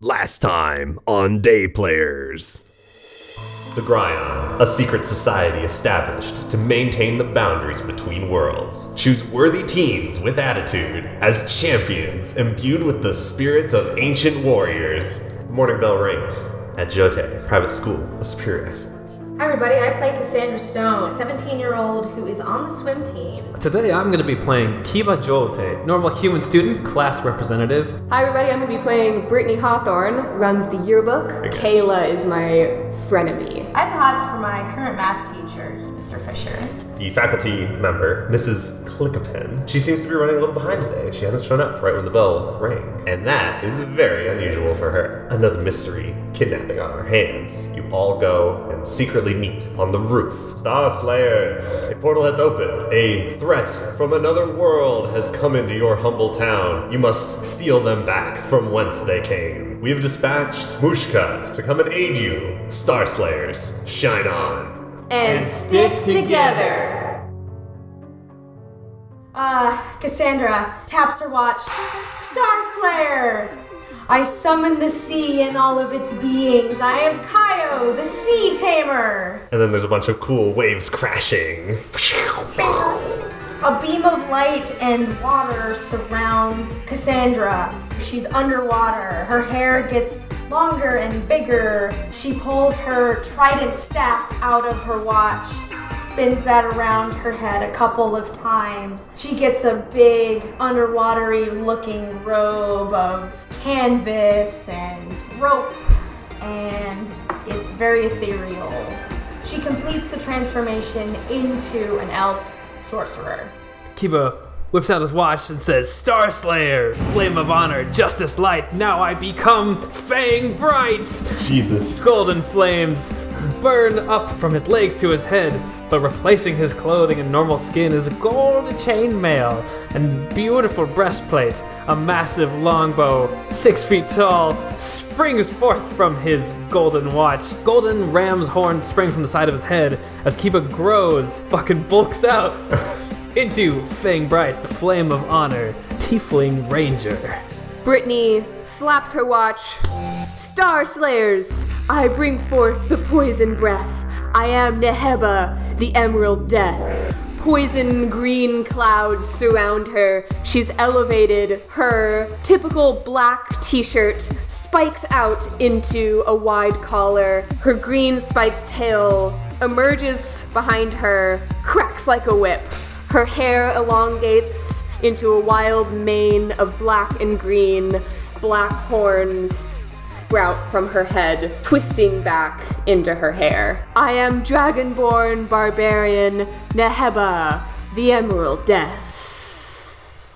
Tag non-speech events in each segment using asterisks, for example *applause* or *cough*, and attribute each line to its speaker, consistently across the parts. Speaker 1: Last time on Day Players.
Speaker 2: The Gryon, a secret society established to maintain the boundaries between worlds. Choose worthy teams with attitude as champions imbued with the spirits of ancient warriors. Morning bell rings at Jote Private School of Superior Excellence.
Speaker 3: Hi, everybody. I play Cassandra Stone, a 17 year old who is on the swim team.
Speaker 4: Today I'm going to be playing Kiba Joote, normal human student, class representative.
Speaker 5: Hi, everybody. I'm going to be playing Brittany Hawthorne, runs the yearbook. Kayla is my frenemy.
Speaker 6: I'm Hots for my current math teacher, Mr. Fisher.
Speaker 2: The faculty member, Mrs. Clickapin, she seems to be running a little behind today. She hasn't shown up right when the bell rang, and that is very unusual for her. Another mystery kidnapping on our hands. You all go and secretly meet on the roof. Star Slayers, a portal has opened. A threat from another world has come into your humble town. You must steal them back from whence they came. We have dispatched Mushka to come and aid you. Star Slayers, shine on.
Speaker 3: And, stick, together. Uh, Cassandra taps her watch. Star Slayer! I summon the sea in all of its beings. I am Kaio, the sea tamer.
Speaker 2: And then there's a bunch of cool waves crashing.
Speaker 3: A beam of light and water surrounds Cassandra. She's underwater. Her hair gets longer and bigger. She pulls her trident staff out of her watch, spins that around her head a couple of times. She gets a big underwatery looking robe of canvas and rope, and it's very ethereal. She completes the transformation into an elf sorcerer.
Speaker 4: Kiba whips out his watch and says, Star Slayer, Flame of Honor, Justice Light, now I become Fang Bright!
Speaker 2: Jesus.
Speaker 4: Golden flames burn up from his legs to his head, but replacing his clothing and normal skin is gold chainmail and beautiful breastplate. A massive longbow, six feet tall, springs forth from his golden watch. Golden ram's horns spring from the side of his head as Kiba grows, fucking bulks out
Speaker 2: *laughs*
Speaker 4: into Fang Bright, the flame of honor, Tiefling Ranger.
Speaker 5: Brittany slaps her watch. Star Slayers, I bring forth the poison breath. I am Neheba, the Emerald Death. Poison green clouds surround her. She's elevated. Her typical black t shirt spikes out into a wide collar. Her green spiked tail emerges behind her, cracks like a whip. Her hair elongates into a wild mane of black and green. Black horns sprout from her head, twisting back into her hair. I am Dragonborn Barbarian Neheba, the Emerald Death.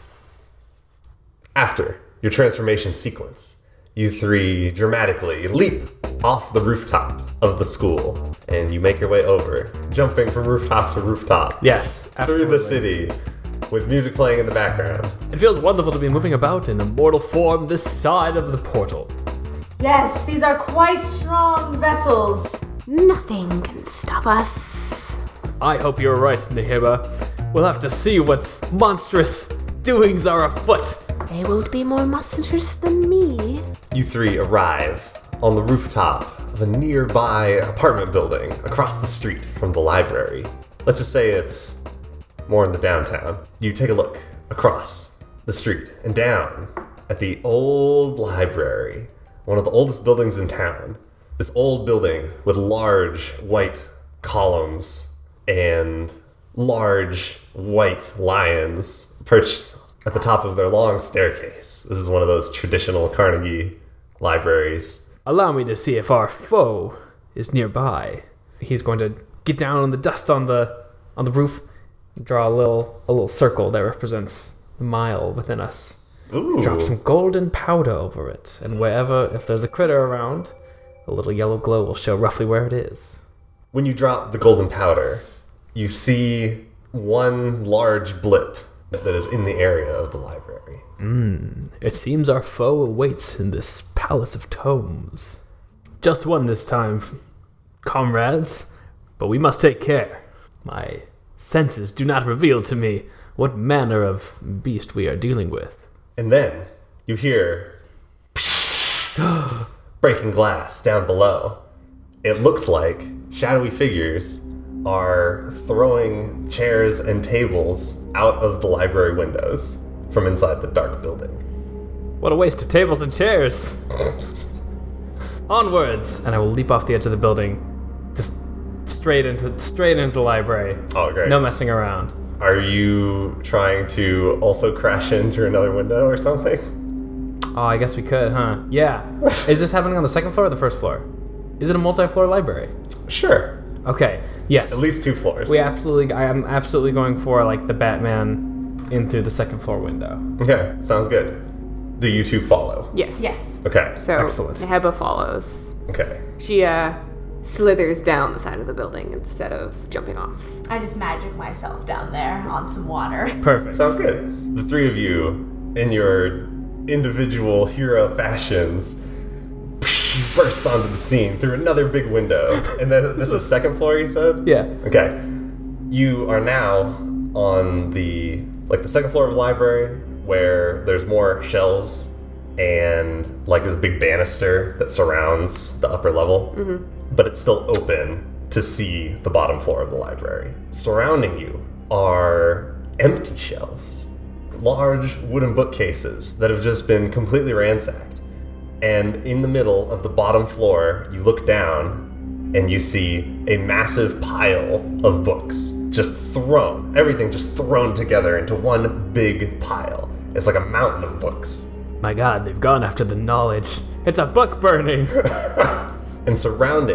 Speaker 2: After your transformation sequence, you three dramatically leap off the rooftop of the school and you make your way over, jumping from rooftop to rooftop
Speaker 4: Yes,
Speaker 2: through
Speaker 4: absolutely.
Speaker 2: the city with music playing in the background.
Speaker 4: It feels wonderful to be moving about in immortal form this side of the portal.
Speaker 3: Yes, these are quite strong vessels.
Speaker 5: Nothing can stop us.
Speaker 4: I hope you're right, Neheba. We'll have to see what's monstrous doings are afoot.
Speaker 5: They won't be more monsters than me.
Speaker 2: You three arrive on the rooftop of a nearby apartment building across the street from the library. Let's just say it's more in the downtown. You take a look across the street and down at the old library, one of the oldest buildings in town. This old building with large white columns and large white lions perched at the top of their long staircase. This is one of those traditional Carnegie libraries.
Speaker 4: Allow me to see if our foe is nearby. He's going to get down on the dust on the on the roof, draw a little a little circle that represents the mile within us.
Speaker 2: Ooh.
Speaker 4: Drop some golden powder over it, and wherever if there's a critter around, a little yellow glow will show roughly where it is.
Speaker 2: when you drop the golden powder, you see one large blip that is in the area of the library.
Speaker 4: It seems our foe awaits in this palace of tomes. Just one this time, comrades, but we must take care. My senses do not reveal to me what manner of beast we are dealing with.
Speaker 2: And then you hear *gasps* breaking glass down below. It looks like shadowy figures are throwing chairs and tables out of the library windows from inside the dark building.
Speaker 4: What a waste of tables and chairs. Onwards, and I will leap off the edge of the building, just straight into straight into the library.
Speaker 2: Oh, great.
Speaker 4: No messing around.
Speaker 2: Are you trying to also crash into another window or something? *laughs*
Speaker 4: Oh, I guess we could, huh? Yeah. Is this happening on the second floor or the first floor? Is it a multi-floor library?
Speaker 2: Sure.
Speaker 4: Okay. Yes.
Speaker 2: At least two floors.
Speaker 4: we absolutely. I am absolutely going for like the Batman in through the second floor window.
Speaker 2: Okay, sounds good. Do you two follow?
Speaker 5: Yes.
Speaker 6: Yes.
Speaker 2: Okay.
Speaker 5: So
Speaker 4: Excellent.
Speaker 5: Neheba follows.
Speaker 2: Okay.
Speaker 5: She uh, slithers down the side of the building instead of jumping off.
Speaker 6: I just magic myself down there on some water.
Speaker 4: Perfect.
Speaker 2: Sounds good. The three of you, in your individual hero fashions, burst onto the scene through another big window. And then this is second floor, you said?
Speaker 4: yeah.
Speaker 2: Okay. You are now on the like the second floor of the library where there's more shelves and like the big banister that surrounds the upper level. But it's still open to see the bottom floor of the library. Surrounding you are empty shelves. Large wooden bookcases that have just been completely ransacked. And in the middle of the bottom floor, you look down and you see a massive pile of books just thrown, everything just thrown together into one big pile. It's like a mountain of books.
Speaker 4: My God, they've gone after the knowledge. It's a
Speaker 2: *laughs*
Speaker 4: book burning.
Speaker 2: and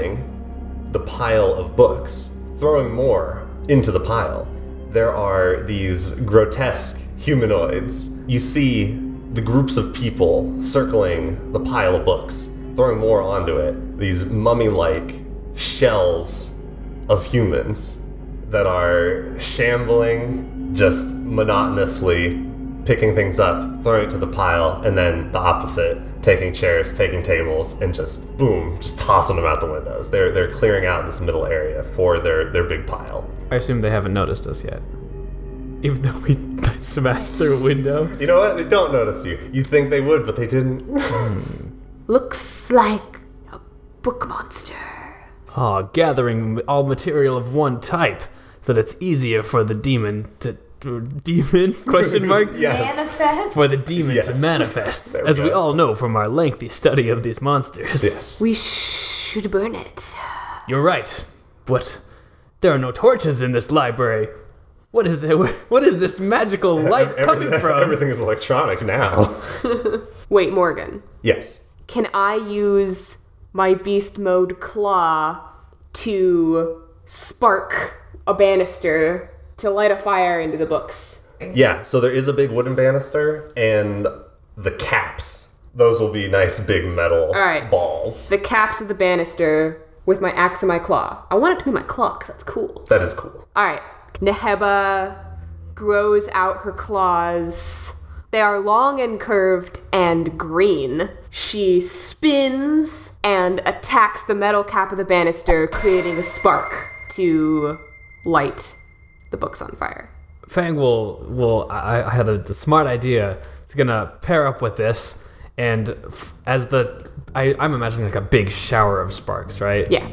Speaker 2: surrounding the pile of books, throwing more into the pile, there are these grotesque humanoids. You see the groups of people circling the pile of books, throwing more onto it. These mummy like shells of humans that are shambling, just monotonously picking things up, throwing it to the pile, and then the opposite, taking chairs, taking tables, and just boom, just tossing them out the windows. They're they're clearing out this middle area for their their big pile.
Speaker 4: I assume they haven't noticed us yet, even though we *laughs* smashed through a window.
Speaker 2: You know what? They don't notice you. You think they would, but they didn't. *laughs*
Speaker 5: Looks like a book monster.
Speaker 4: Ah, gathering all material of one type, so that it's easier for the demon to, to- demon *laughs*
Speaker 2: *laughs*
Speaker 4: question mark
Speaker 2: yes.
Speaker 6: Manifest.
Speaker 4: for the demon to
Speaker 2: Yes.
Speaker 4: manifest,
Speaker 2: There we
Speaker 4: as we
Speaker 2: go.
Speaker 4: all know from our lengthy study of these monsters.
Speaker 2: Yes.
Speaker 5: We should burn it.
Speaker 4: You're right, but there are no torches in this library. What is the, *laughs* What is this magical light coming
Speaker 2: Everything-
Speaker 4: from?
Speaker 2: Everything is electronic now. *laughs*
Speaker 5: Wait, Morgan.
Speaker 2: yes.
Speaker 5: Can I use my beast mode claw to spark a banister to light a fire into the books?
Speaker 2: Yeah, so there is a big wooden banister and the caps. Those will be nice big metal
Speaker 5: right.
Speaker 2: balls.
Speaker 5: The caps of the banister with my axe and my claw. I want it to be my claw because that's cool.
Speaker 2: That is cool.
Speaker 5: All right. Neheba grows out her claws. They are long and curved and green. She spins and attacks the metal cap of the banister, creating a spark to light the books on fire.
Speaker 4: Fang will will I, I had a the smart idea. It's gonna pair up with this, and f- as the I, I'm imagining like a big shower of sparks, right?
Speaker 5: Yeah.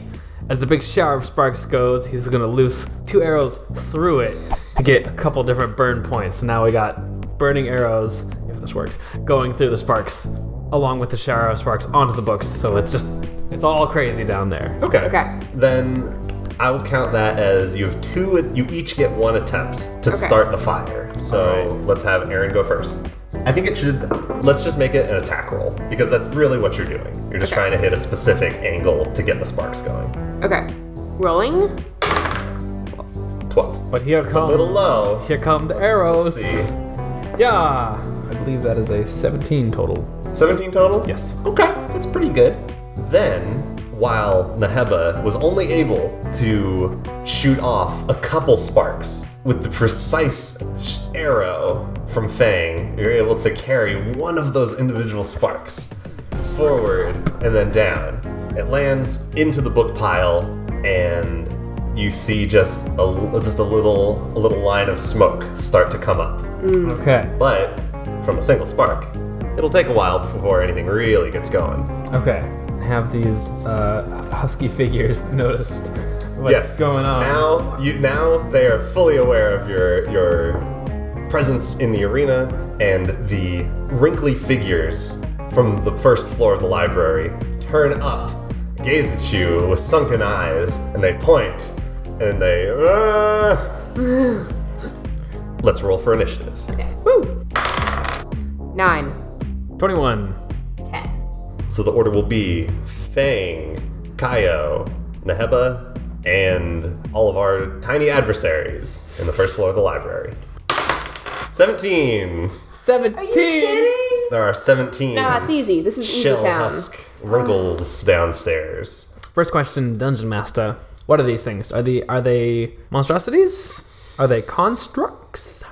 Speaker 4: As the big shower of sparks goes, he's gonna loose two arrows through it to get a couple different burn points. So now we got burning arrows, if this works, going through the sparks along with the shower of sparks onto the books. So it's just it's all crazy down there.
Speaker 2: Okay.
Speaker 5: Okay.
Speaker 2: Then I will count that as you have two. You each get one attempt to
Speaker 5: Okay.
Speaker 2: start the fire. So
Speaker 4: Alright.
Speaker 2: let's have Aaron go first. I think it should. Let's just make it an attack roll because that's really what you're doing. You're just
Speaker 5: Okay.
Speaker 2: trying to hit a specific angle to get the sparks going.
Speaker 5: Okay. Rolling.
Speaker 2: Twelve.
Speaker 4: But here
Speaker 2: A
Speaker 4: come
Speaker 2: little low.
Speaker 4: here come the arrows.
Speaker 2: Let's see.
Speaker 4: Yeah. I believe that is a 17 total.
Speaker 2: Seventeen total.
Speaker 4: Yes.
Speaker 2: Okay, that's pretty good. Then, while Neheba was only able to shoot off a couple sparks with the precise sh- arrow from Fang, you're able to carry one of those individual sparks forward and then down. It lands into the book pile, and you see just a l- just a little a little line of smoke start to come up
Speaker 4: Okay.
Speaker 2: but from a single spark, It'll take a while before anything really gets going.
Speaker 4: Okay. I have these uh, husky figures *laughs* noticed what's
Speaker 2: yes.
Speaker 4: going on.
Speaker 2: Now you now they are fully aware of your your presence in the arena and the wrinkly figures from the first floor of the library turn up, gaze at you with sunken eyes, and they point and they "Ah." Let's roll for initiative.
Speaker 6: Okay.
Speaker 5: Woo! Nine.
Speaker 4: 21.
Speaker 6: Ten.
Speaker 2: So the order will be Fang, Kaio, Neheba, and all of our tiny adversaries in the first floor of the library. 17!
Speaker 4: 17.
Speaker 3: Are you kidding?
Speaker 2: There are 17
Speaker 5: Nah, it's easy. This is easy
Speaker 2: shell
Speaker 5: town.
Speaker 2: husk wrinkles downstairs.
Speaker 4: First question, Dungeon Master. What are these things? Are the are they monstrosities? Are they constructs?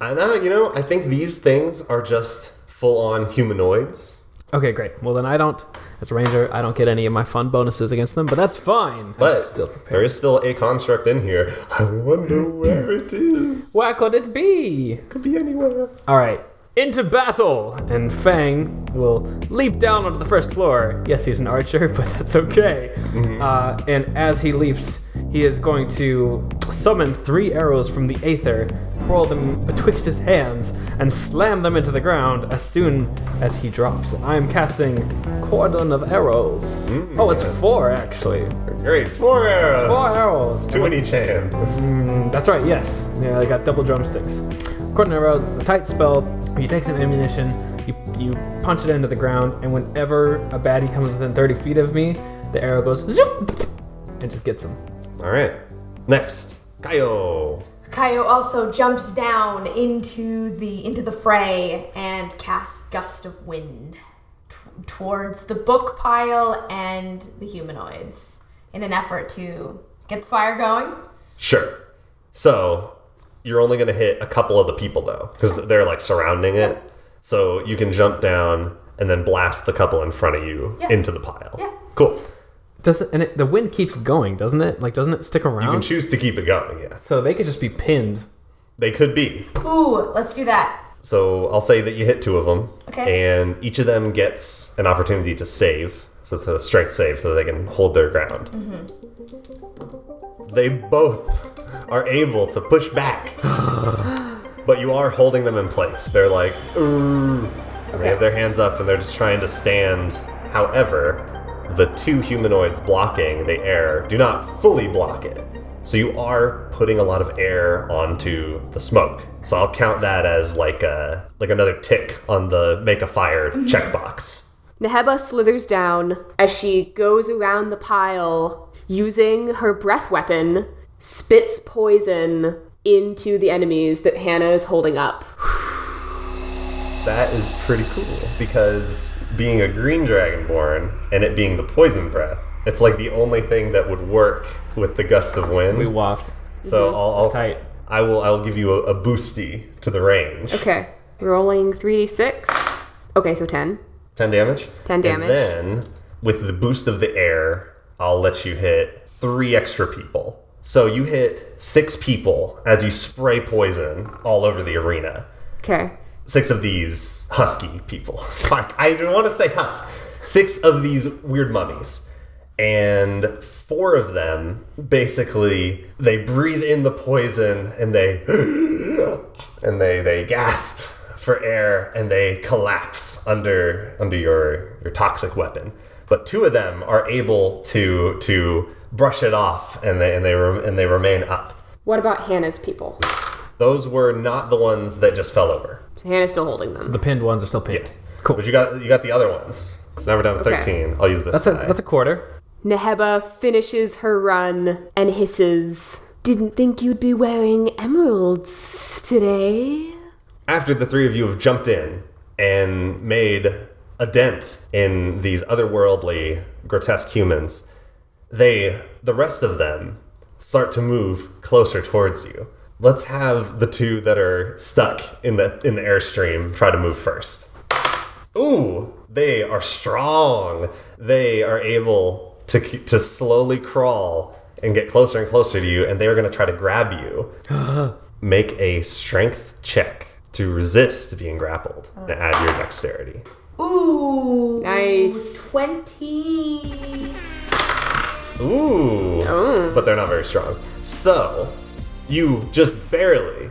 Speaker 2: And uh, you know, I think these things are just full on humanoids.
Speaker 4: Okay, great. Well then I don't as a ranger, I don't get any of my fun bonuses against them, but that's fine.
Speaker 2: But
Speaker 4: I'm still prepared.
Speaker 2: there is still a construct in here. I wonder where it is.
Speaker 4: Where could it be?
Speaker 2: Could be anywhere.
Speaker 4: All right, into battle! And Fang will leap down onto the first floor. Yes, he's an archer, *laughs* but that's okay. Uh, and as he leaps, he is going to summon three arrows from the Aether, hurl them betwixt his hands, and slam them into the ground as soon as he drops. I am casting Cordon of Arrows. oh, it's four, actually.
Speaker 2: Great. Four arrows.
Speaker 4: Four arrows.
Speaker 2: Two in each hand.
Speaker 4: Mm, that's right, yes. Yeah, I got double drumsticks. Coordinate Arrows is a tight spell where you take some ammunition, you, you punch it into the ground, and whenever a baddie comes within 30 feet of me, the arrow goes zoop and just gets him.
Speaker 2: All right. Next, Kaio.
Speaker 3: Kaio also jumps down into the into the fray and casts gust of wind t- towards the book pile and the humanoids in an effort to get the fire going.
Speaker 2: Sure. So you're only going to hit a couple of the people though, because they're like surrounding it. So you can jump down and then blast the couple in front of you
Speaker 3: Yeah.
Speaker 2: into the pile.
Speaker 3: Yeah.
Speaker 2: Cool.
Speaker 4: Does it, and it, the wind keeps going, doesn't it? Like, doesn't it stick
Speaker 2: You
Speaker 4: around?
Speaker 2: can choose to keep it going. Yeah.
Speaker 4: so they could just be pinned.
Speaker 2: They could be.
Speaker 3: Ooh, let's do that.
Speaker 2: So I'll say that you hit two of them.
Speaker 3: Okay.
Speaker 2: And each of them gets an opportunity to save. So it's a strength save so they can hold their ground.
Speaker 3: Mm-hmm.
Speaker 2: They both are able to push back. but you are holding them in place. They're like, ooh. And They have their hands up and they're just trying to stand. However, the two humanoids blocking the air do not fully block it. So you are putting a lot of air onto the smoke. So I'll count that as like a like another tick on the make a fire checkbox.
Speaker 5: Neheba slithers down as she goes around the pile using her breath weapon, spits poison into the enemies that Hannah is holding up.
Speaker 2: That is pretty cool because being a green dragonborn and it being the poison breath, it's like the only thing that would work with the gust of wind.
Speaker 4: We waft.
Speaker 2: So
Speaker 5: Mm-hmm.
Speaker 2: I'll, I'll
Speaker 4: It's tight.
Speaker 2: I will I will give you a, a boosty to the range.
Speaker 5: Okay, rolling 3d6. Okay, so 10.
Speaker 2: Ten damage.
Speaker 5: 10 damage.
Speaker 2: And then with the boost of the air, I'll let you hit three extra people. So you hit six people as you spray poison all over the arena.
Speaker 5: Okay.
Speaker 2: Six of these husky people. *laughs* Fuck, I don't want to say husk. Six of these weird mummies. And four of them basically they breathe in the poison and they *gasps* and they they gasp for air and they collapse under under your your toxic weapon. But two of them are able to to brush it off and they and they re- and they remain up.
Speaker 5: What about Hannah's people?
Speaker 2: Those were not the ones that just fell over.
Speaker 5: So Hannah's still holding them.
Speaker 4: The pinned ones are still pinned.
Speaker 2: Yes.
Speaker 4: Cool.
Speaker 2: But you got you got the other ones. So now we're down to
Speaker 5: Okay.
Speaker 2: thirteen. I'll use this.
Speaker 4: That's a,
Speaker 2: guy.
Speaker 4: that's a quarter.
Speaker 5: Neheba finishes her run and hisses, Didn't think you'd be wearing emeralds today.
Speaker 2: After the three of you have jumped in and made a dent in these otherworldly, grotesque humans, they the rest of them start to move closer towards you. Let's have the two that are stuck in the in the airstream try to move first. Ooh, they are strong. They are able to ke- to slowly crawl and get closer and closer to you, and they are going to try to grab you. Make a strength check. to resist being grappled and add your dexterity.
Speaker 3: Ooh.
Speaker 5: Nice.
Speaker 3: 20.
Speaker 2: Ooh. But they're not very strong. So, you just barely,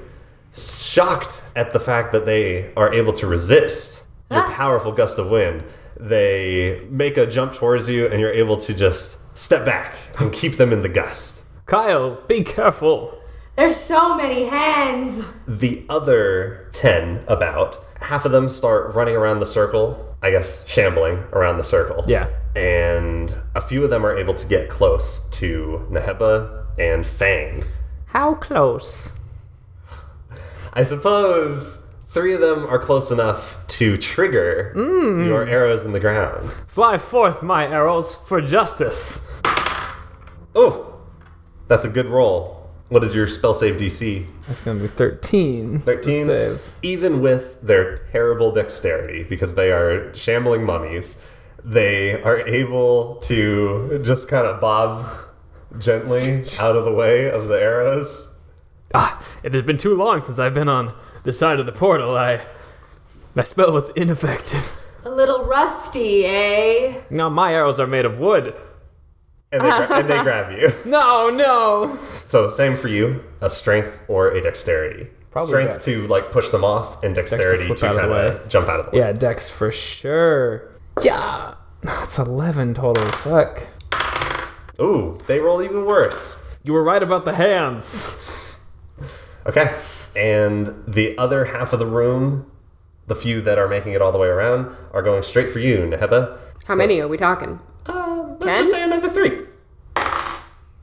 Speaker 2: shocked at the fact that they are able to resist your powerful gust of wind, they make a jump towards you and you're able to just step back and keep them in the gust.
Speaker 4: Kyle, be careful.
Speaker 3: There's so many hands.
Speaker 2: The other 10, about, half of them start running around the circle, I guess shambling around the circle.
Speaker 4: Yeah.
Speaker 2: And a few of them are able to get close to Neheba and Fang.
Speaker 4: How close?
Speaker 2: I suppose three of them are close enough to trigger your arrows in the ground.
Speaker 4: Fly forth, my arrows, for justice.
Speaker 2: Oh, that's a good roll. What is your spell save DC?
Speaker 4: That's gonna be 13.
Speaker 2: 13.
Speaker 4: Save.
Speaker 2: Even with their terrible dexterity, because they are shambling mummies, they are able to just kind of bob gently out of the way of the arrows.
Speaker 4: Ah, it has been too long since I've been on the side of the portal. I. My spell was ineffective. *laughs*
Speaker 6: A little rusty, eh?
Speaker 4: Now my arrows are made of wood.
Speaker 2: And they, gra- and they grab you.
Speaker 4: No, no!
Speaker 2: So same for you, a strength or a dexterity.
Speaker 4: Probably
Speaker 2: strength
Speaker 4: dex.
Speaker 2: to like push them off, and dexterity
Speaker 4: flip
Speaker 2: to
Speaker 4: out of
Speaker 2: kind
Speaker 4: the
Speaker 2: of
Speaker 4: way.
Speaker 2: jump out of the way.
Speaker 4: Yeah, Dex for sure. Yeah! That's 11 total. Fuck.
Speaker 2: Ooh, they roll even worse.
Speaker 4: You were right about the hands. *laughs*
Speaker 2: Okay, and the other half of the room, the few that are making it all the way around, are going straight for you, Neheba.
Speaker 5: How many are we talking?
Speaker 2: Uh, let's
Speaker 5: Ten?
Speaker 2: just say another three.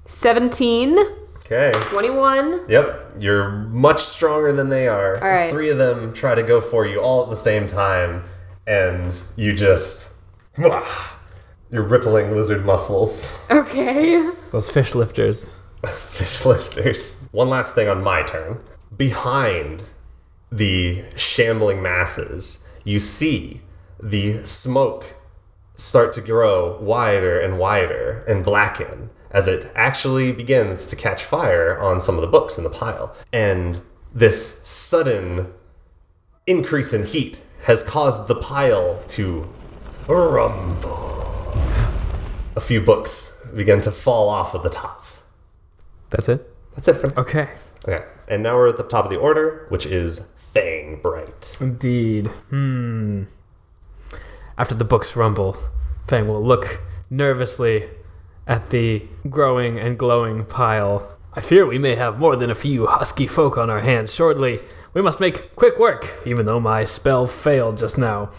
Speaker 5: 17,
Speaker 2: Okay.
Speaker 5: 21.
Speaker 2: Yep, you're much stronger than they are.
Speaker 5: All right.
Speaker 2: Three of them try to go for you all at the same time, and you just. You're rippling lizard muscles.
Speaker 5: *laughs* Okay.
Speaker 4: Those fish lifters.
Speaker 2: *laughs* fish lifters. One last thing on my turn. Behind the shambling masses, you see the smoke start to grow wider and wider and blacken as it actually begins to catch fire on some of the books in the pile. And this sudden increase in heat has caused the pile to rumble. A few books begin to fall off of the top.
Speaker 4: That's it?
Speaker 2: That's it for now.
Speaker 4: Okay.
Speaker 2: Okay. And now we're at the top of the order, which is Fang
Speaker 5: *laughs*
Speaker 2: Bright. *laughs*
Speaker 4: Indeed. Hmm. After the books rumble, Fang will look nervously at the growing and glowing pile. I fear we may have more than a few husky folk on our hands shortly. We must make quick work, even though my spell failed just now.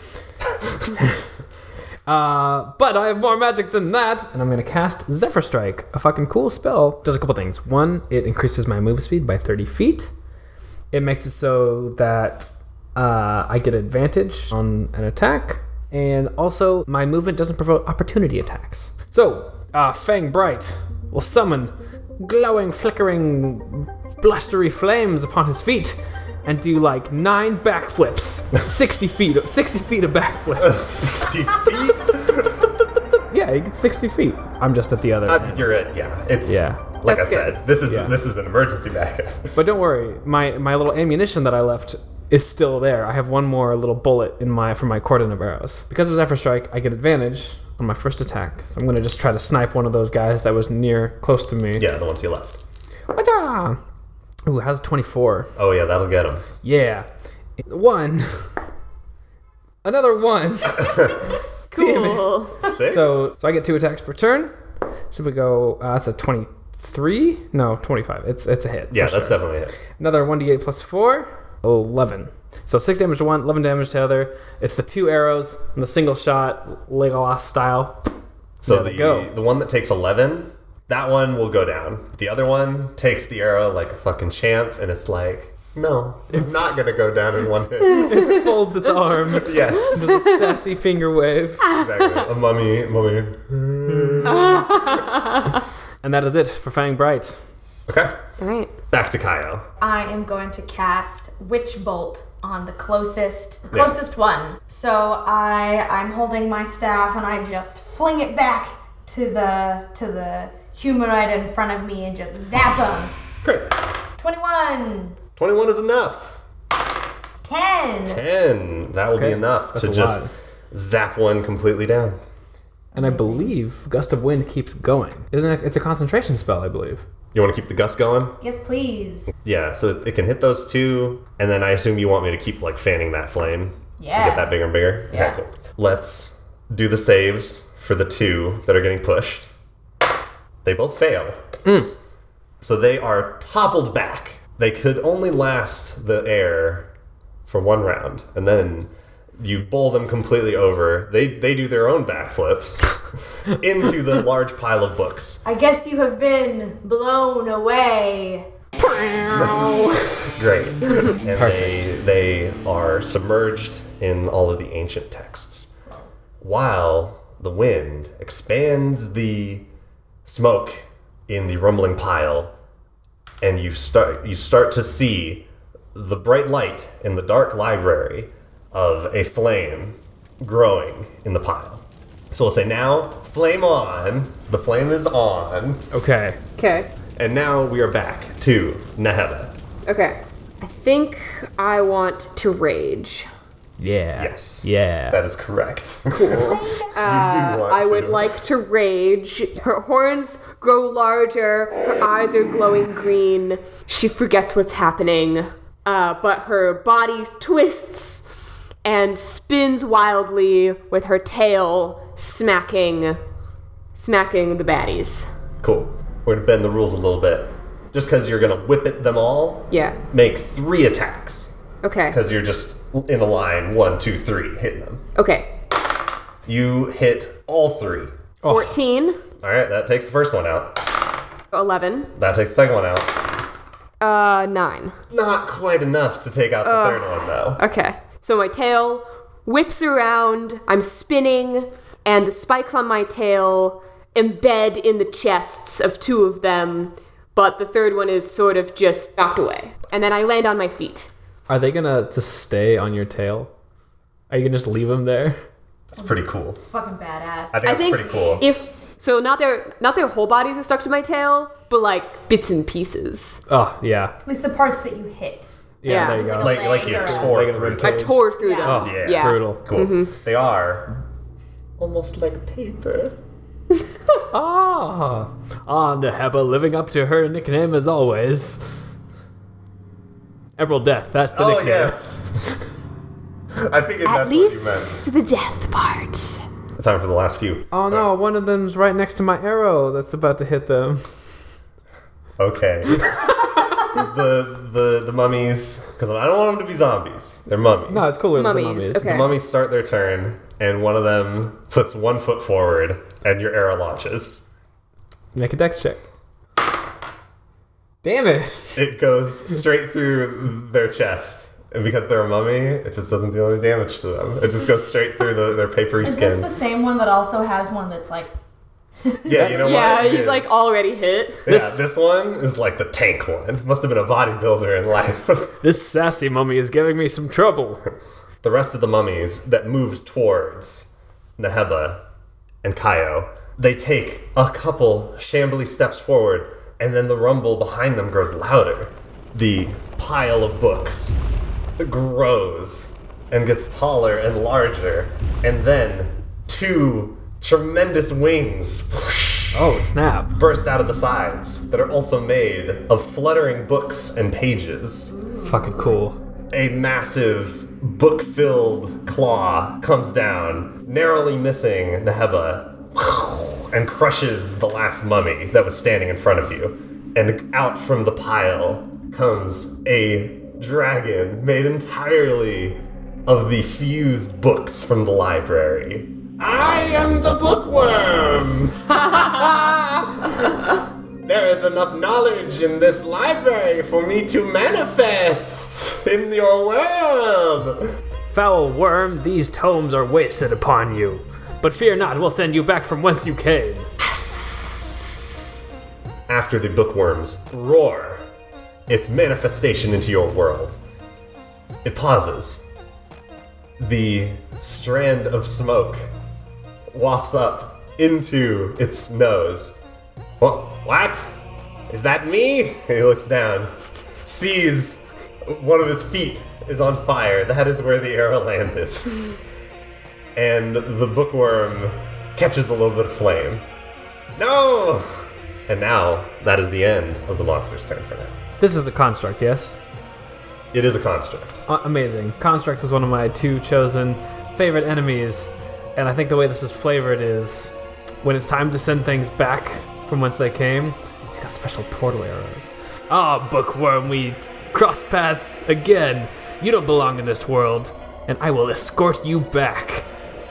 Speaker 4: Uh, but I have more magic than that, and I'm gonna cast Zephyr Strike, a fucking cool spell. Does a couple things. One, it increases my move speed by 30 feet. It makes it so that uh, I get advantage on an attack, and also my movement doesn't provoke opportunity attacks. So, uh, Fang Bright will summon glowing, flickering, blustery flames upon his feet. And do like nine backflips, sixty feet, sixty feet of
Speaker 2: Uh,
Speaker 4: backflips.
Speaker 2: 60 feet?
Speaker 4: Yeah, you get 60 feet. I'm just at the other
Speaker 2: Uh,
Speaker 4: end.
Speaker 2: You're it, yeah. It's
Speaker 4: Yeah.
Speaker 2: like
Speaker 5: That's
Speaker 2: I
Speaker 5: good.
Speaker 2: said, this is
Speaker 4: Yeah.
Speaker 2: this is an emergency
Speaker 5: *laughs*
Speaker 2: backup.
Speaker 4: But don't worry, my, my little ammunition that I left is still there. I have one more little bullet in my from my cordon of arrows. Because it was Zephyr Strike, I get advantage on my first attack. So I'm gonna just try to snipe one of those guys that was near close to me.
Speaker 2: yeah, the ones you left.
Speaker 4: Wacha! Ooh, how's 24?
Speaker 2: Oh yeah, that'll get them.
Speaker 4: Yeah. One. *laughs* Another one.
Speaker 5: Cool.
Speaker 2: *laughs* Six.
Speaker 4: So, so I get two attacks per turn. So we go. Uh, that's a twenty-three. No, twenty-five. It's it's a hit.
Speaker 2: yeah,
Speaker 4: for sure.
Speaker 2: that's definitely it.
Speaker 4: Another 1d8 plus 4, 11. So 6 damage to one, 11 damage to the other. It's the two arrows and the single shot, Legolas style. *laughs*
Speaker 2: So
Speaker 4: Yeah,
Speaker 2: the
Speaker 4: go.
Speaker 2: the one that takes eleven, that one will go down. The other one takes the arrow like a fucking champ, and it's like, no, I'm not gonna go down in one
Speaker 4: *laughs*
Speaker 2: hit.
Speaker 4: Folds its arms.
Speaker 2: yes,
Speaker 4: Does a sassy finger wave.
Speaker 2: Ah. exactly. A mummy, mummy.
Speaker 4: And that is it for Fang Bright.
Speaker 2: Okay,
Speaker 5: All right.
Speaker 2: back to Kaio.
Speaker 3: I am going to cast Witch Bolt on the closest closest one. So I I'm holding my staff and I just fling it back to the to the humanoid in front of me and just zap him.
Speaker 2: Great.
Speaker 3: 21,
Speaker 2: 21 is enough.
Speaker 3: Ten.
Speaker 2: 10. That will
Speaker 4: Okay.
Speaker 2: be enough
Speaker 4: That's
Speaker 2: to
Speaker 4: a
Speaker 2: just
Speaker 4: lot.
Speaker 2: zap one completely down.
Speaker 4: And I believe Gust of Wind keeps going. Isn't it? It's a concentration spell, I believe.
Speaker 2: You want to keep the gust going?
Speaker 3: Yes, please.
Speaker 2: Yeah, so it, it can hit those two, and then I assume you want me to keep like fanning that flame.
Speaker 6: Yeah.
Speaker 2: Get that bigger and bigger.
Speaker 6: Yeah.
Speaker 2: cool. Let's do the saves for the two that are getting pushed. They both fail. So they are toppled back. They could only last the air for one round, and then you bowl them completely over. They they do their own backflips into the large pile of books.
Speaker 3: I guess you have been blown away.
Speaker 2: Great. And they, they are submerged in all of the ancient texts. While the wind expands the smoke in the rumbling pile, and you start you start to see the bright light in the dark library of a flame growing in the pile. So we'll say now, flame on. The flame is on.
Speaker 4: Okay.
Speaker 5: Okay.
Speaker 2: And now we are back to Neheba.
Speaker 5: Okay. I think I want to rage.
Speaker 4: Yeah.
Speaker 2: Yes.
Speaker 4: Yeah.
Speaker 2: That is correct. Cool. *laughs*
Speaker 5: Uh, I would like to rage. Her horns grow larger. Her eyes are glowing green. She forgets what's happening, uh, but her body twists and spins wildly with her tail smacking, smacking the baddies.
Speaker 2: Cool. We're gonna bend the rules a little bit. Just because you're gonna whip at them all,
Speaker 5: Yeah.
Speaker 2: make three attacks.
Speaker 5: Okay.
Speaker 2: Because you're just in a line, one, two, three, hitting them.
Speaker 5: Okay.
Speaker 2: You hit all three.
Speaker 4: Oh.
Speaker 5: 14,
Speaker 2: All right, that takes the first one out.
Speaker 5: 11,
Speaker 2: That takes the second one out.
Speaker 5: uh, 9.
Speaker 2: Not quite enough to take out the third one though.
Speaker 5: Okay. So my tail whips around, I'm spinning, and the spikes on my tail embed in the chests of two of them, but the third one is sort of just knocked away. And then I land on my feet.
Speaker 4: Are they gonna just stay on your tail? Are you gonna just leave them there?
Speaker 2: That's pretty cool.
Speaker 6: Fucking
Speaker 2: I
Speaker 6: badass.
Speaker 2: think
Speaker 5: I
Speaker 2: that's
Speaker 5: think
Speaker 2: pretty cool.
Speaker 5: if so not their not their whole bodies are stuck to my tail, but like bits and pieces.
Speaker 4: Oh yeah.
Speaker 3: At least the parts that you hit.
Speaker 4: Yeah.
Speaker 5: Yeah.
Speaker 4: There you
Speaker 5: It's
Speaker 4: go.
Speaker 6: like
Speaker 2: like like you
Speaker 6: Like a-
Speaker 2: tore
Speaker 4: Like a
Speaker 2: through.
Speaker 4: rib
Speaker 5: I
Speaker 4: cage.
Speaker 5: tore through
Speaker 6: Yeah.
Speaker 5: them.
Speaker 2: Yeah. Oh,
Speaker 5: yeah. Mm-hmm.
Speaker 4: Brutal.
Speaker 2: Cool. They are almost like paper.
Speaker 4: Ah, on the Heba, living up to her nickname as always. Emerald Death. That's the
Speaker 2: Oh
Speaker 4: nickname.
Speaker 2: yes. *laughs* I figured
Speaker 5: At
Speaker 2: that's what you meant.
Speaker 5: least the death part.
Speaker 2: It's time for the last few.
Speaker 4: Oh no! One of them's right next to my arrow. That's about to hit them. *laughs*
Speaker 2: Okay. the the the mummies, because I don't want them to be zombies. They're mummies.
Speaker 4: No, it's cooler than the
Speaker 5: Mummies,
Speaker 4: mummies.
Speaker 5: okay.
Speaker 2: The mummies start their turn, and one of them puts one foot forward, and your arrow launches.
Speaker 4: Make a dex check. Damn it!
Speaker 2: It goes straight through their chest. And because they're a mummy, it just doesn't do any damage to them. It just goes straight through the, their papery
Speaker 6: Is
Speaker 2: skin.
Speaker 6: this the same one that also has one that's like
Speaker 2: yeah, you know
Speaker 5: Yeah,
Speaker 2: what? It
Speaker 5: he's
Speaker 2: is.
Speaker 5: like "Oh, already hit.
Speaker 2: Yeah, this one is like the tank one. Must have been a bodybuilder in life. *laughs*
Speaker 4: This sassy mummy is giving me some trouble.
Speaker 2: the rest of the mummies that moved towards Neheba and Kaio, they take a couple shambly steps forward, and then the rumble behind them grows louder. The pile of books grows and gets taller and larger, and then two tremendous wings
Speaker 4: Oh snap!
Speaker 2: burst out of the sides that are also made of fluttering books and pages
Speaker 4: It's fucking cool.
Speaker 2: a massive book filled claw comes down, narrowly missing Neheba, and crushes the last mummy that was standing in front of you. And out from the pile comes a dragon made entirely of the fused books from the library. I am the bookworm! There is enough knowledge in this library for me to manifest in your world.
Speaker 4: Foul worm, these tomes are wasted upon you. But fear not, we'll send you back from whence you came.
Speaker 2: After the bookworm's roar, its manifestation into your world, it pauses. The strand of smoke wafts up into its nose. Wha- What? *laughs* Is that me? He looks down, sees one of his feet is on fire. That is where the arrow landed. and the bookworm catches a little bit of flame. No! And now, that is the end of the monster's turn for now.
Speaker 4: This is a construct, yes?
Speaker 2: It is a construct.
Speaker 4: Uh, amazing. Construct is one of my two chosen favorite enemies, and I think the way this is flavored is when it's time to send things back from whence they came. He's got special portal arrows. Ah, bookworm, we cross paths again. You don't belong in this world, and I will escort you back.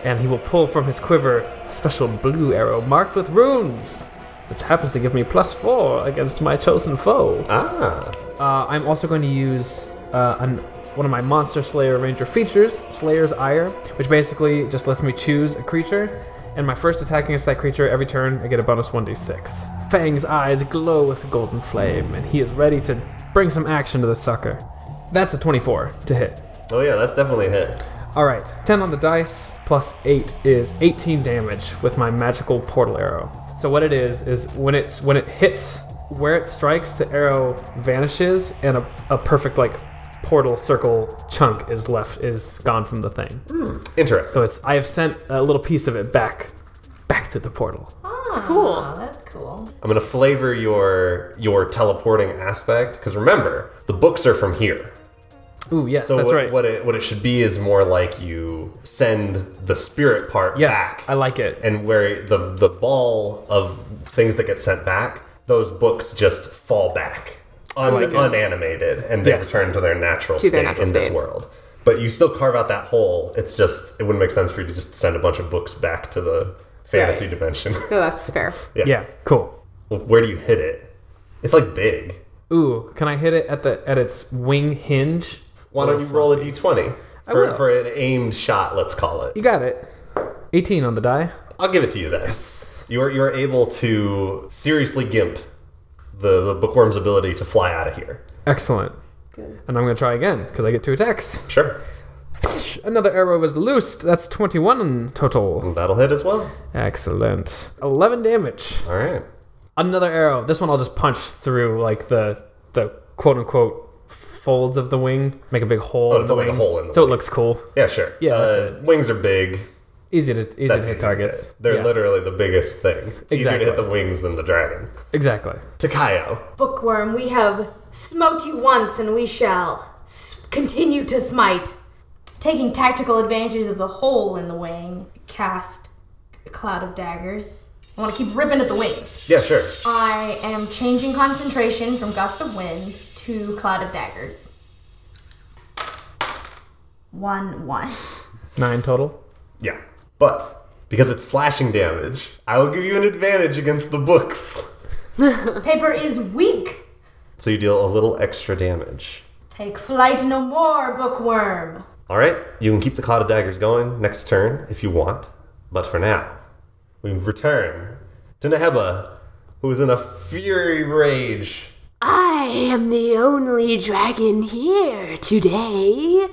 Speaker 4: And he will pull from his quiver a special blue arrow marked with runes, which happens to give me plus four against my chosen foe.
Speaker 2: Ah,
Speaker 4: Uh, I'm also going to use uh, an, one of my Monster Slayer Ranger features, Slayer's Ire, which basically just lets me choose a creature. And my first attack against that creature, every turn, I get a bonus 1d6. Fang's eyes glow with golden flame, and he is ready to bring some action to the sucker. That's a 24 to hit.
Speaker 2: oh yeah, that's definitely a hit.
Speaker 4: All right, 10 on the dice plus 8 is 18 damage with my magical portal arrow. So what it is is when it's when it hits where it strikes, the arrow vanishes and a, a perfect like portal circle chunk is left is gone from the thing. So
Speaker 2: Hmm. Interesting.
Speaker 4: it's I have sent a little piece of it back back through the portal.
Speaker 3: ah,
Speaker 6: cool. That's cool.
Speaker 2: I'm gonna flavor your your teleporting aspect because remember, the books are from here.
Speaker 4: Ooh, yes,
Speaker 2: So
Speaker 4: that's
Speaker 2: what,
Speaker 4: right.
Speaker 2: what it what it should be is more like you send the spirit part
Speaker 4: yes,
Speaker 2: back,
Speaker 4: I like it.
Speaker 2: and where the the ball of things that get sent back, those books just fall back, un-
Speaker 4: like it.
Speaker 2: unanimated, and they
Speaker 4: Yes.
Speaker 2: return to their natural
Speaker 5: To
Speaker 2: state
Speaker 5: their natural
Speaker 2: in this
Speaker 5: state.
Speaker 2: world. But you still carve out that hole. It's just it wouldn't make sense for you to just send a bunch of books back to the fantasy dimension. *laughs*
Speaker 5: No, that's fair.
Speaker 4: yeah, cool.
Speaker 2: Well, where do you hit it? It's like big.
Speaker 4: Ooh, can I hit it at the at its wing hinge?
Speaker 2: Why don't you roll a d20
Speaker 4: I
Speaker 2: for,
Speaker 4: will.
Speaker 2: for an aimed shot? Let's call it.
Speaker 4: You got it. 18 on the die.
Speaker 2: I'll give it to you then. You're you're able to seriously gimp the, the bookworm's ability to fly out of here.
Speaker 4: Excellent. And I'm going to try again because I get two attacks.
Speaker 2: Sure,
Speaker 4: Another arrow was loosed. That's 21 total.
Speaker 2: that'll hit as well.
Speaker 4: Excellent. 11 damage.
Speaker 2: All right.
Speaker 4: Another arrow. This one I'll just punch through like the the quote unquote folds of the wing, make a big hole.
Speaker 2: Oh,
Speaker 4: in the
Speaker 2: like a
Speaker 4: wing.
Speaker 2: hole in the
Speaker 4: so
Speaker 2: wing.
Speaker 4: it looks cool.
Speaker 2: Yeah, sure.
Speaker 4: Yeah, that's
Speaker 2: Uh, Wings are big.
Speaker 4: Easy to easy
Speaker 2: That's
Speaker 4: to
Speaker 2: easy
Speaker 4: hit
Speaker 2: to
Speaker 4: targets.
Speaker 2: hit. They're
Speaker 4: Yeah,
Speaker 2: literally the biggest thing. It's easier to
Speaker 4: Exactly.
Speaker 2: hit the wings than the dragon.
Speaker 4: exactly.
Speaker 2: Takayo.
Speaker 3: Bookworm, we have smote you once and we shall s- continue to smite. Taking tactical advantage of the hole in the wing, cast a cloud of daggers. I want to keep ripping at the wings.
Speaker 2: Yeah, sure.
Speaker 3: I am changing concentration from gust of wind to cloud of daggers. One, one.
Speaker 4: Nine total.
Speaker 2: Yeah, but because it's slashing damage, I will give you an advantage against the books.
Speaker 3: Paper is weak.
Speaker 2: So you deal a little extra damage.
Speaker 3: Take flight no more, bookworm.
Speaker 2: All right, you can keep the cloud of daggers going next turn if you want, but for now, we return to Neheba, who is in a fury rage.
Speaker 5: I am the only dragon here today.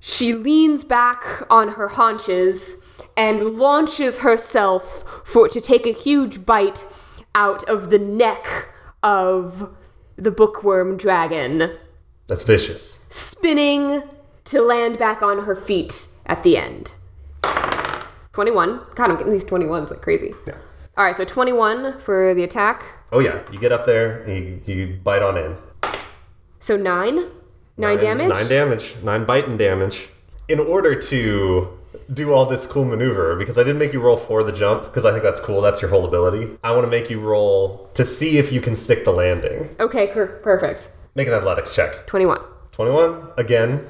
Speaker 5: She leans back on her haunches and launches herself for to take a huge bite out of the neck of the bookworm dragon,
Speaker 2: That's vicious.
Speaker 5: spinning to land back on her feet at the end. 21. God, I'm getting these 21s like crazy.
Speaker 2: Yeah.
Speaker 5: All right, so 21 for the attack.
Speaker 2: Oh yeah, you get up there and you, you bite on in.
Speaker 5: So 9. 9, damage.
Speaker 2: Nine damage. Nine biting damage. In order to do all this cool maneuver, because I didn't make you roll for the jump, because I think that's cool. That's your whole ability. I want to make you roll to see if you can stick the landing.
Speaker 5: Okay, per- perfect.
Speaker 2: Make an athletics check.
Speaker 5: 21.
Speaker 2: Twenty-one again,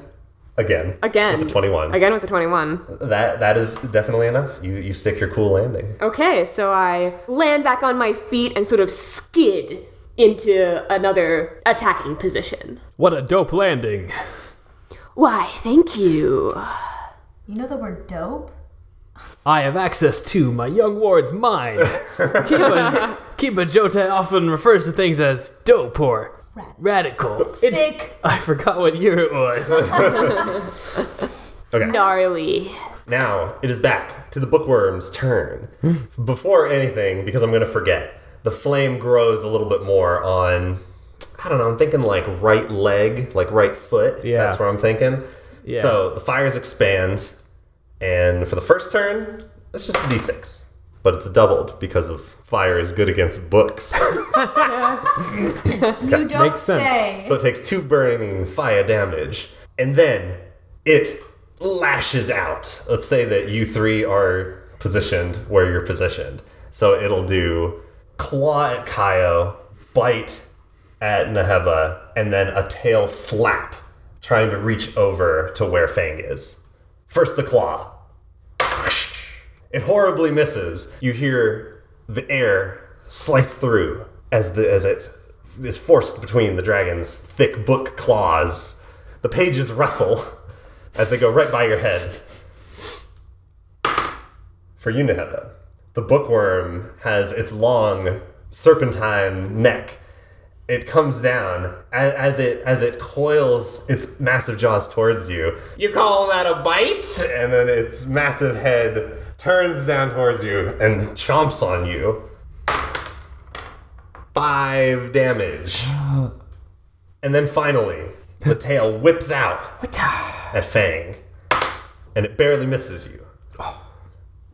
Speaker 2: again,
Speaker 5: Again.
Speaker 2: With the twenty-one.
Speaker 5: Again with the 21.
Speaker 2: That that is definitely enough. You you stick your cool landing.
Speaker 5: Okay, so I land back on my feet and sort of skid into another attacking position.
Speaker 4: What a dope landing.
Speaker 5: Why, thank you.
Speaker 3: You know the word dope?
Speaker 4: I have access to my young
Speaker 2: *laughs*
Speaker 4: ward's mind. Kiba, Kiba Jota often refers to things as dope or radical. It's-
Speaker 3: Sick.
Speaker 4: I forgot what year
Speaker 2: *laughs*
Speaker 4: it was.
Speaker 2: Okay.
Speaker 5: Gnarly.
Speaker 2: Now it is back to the bookworm's turn.
Speaker 4: Hmm.
Speaker 2: Before anything, because I'm gonna forget, the flame grows a little bit more on I don't know. I'm thinking like right leg, like right foot.
Speaker 4: Yeah.
Speaker 2: That's what I'm thinking.
Speaker 4: Yeah.
Speaker 2: So the fires expand, and for the first turn, it's just a d6, but it's doubled because of fire is good against books. *laughs* so
Speaker 3: You don't
Speaker 4: Makes
Speaker 3: say.
Speaker 4: sense. *laughs*
Speaker 2: it takes two burning fire damage, and then it lashes out. Let's say that you three are positioned where you're positioned. So it'll do claw at Kaio, bite at Neheba, and then a tail slap, trying to reach over to where Fang is. First the claw. It horribly misses. You hear the air slice through as the as it is forced between the dragon's thick book claws. The pages rustle as they go right by your head. For you, Neheba, the bookworm has its long serpentine neck. It comes down as, as it as it coils its massive jaws towards you. You call that a bite, and then its massive head turns down towards you and chomps on you. Five damage, and then finally the tail whips out at Fang, and it barely misses you.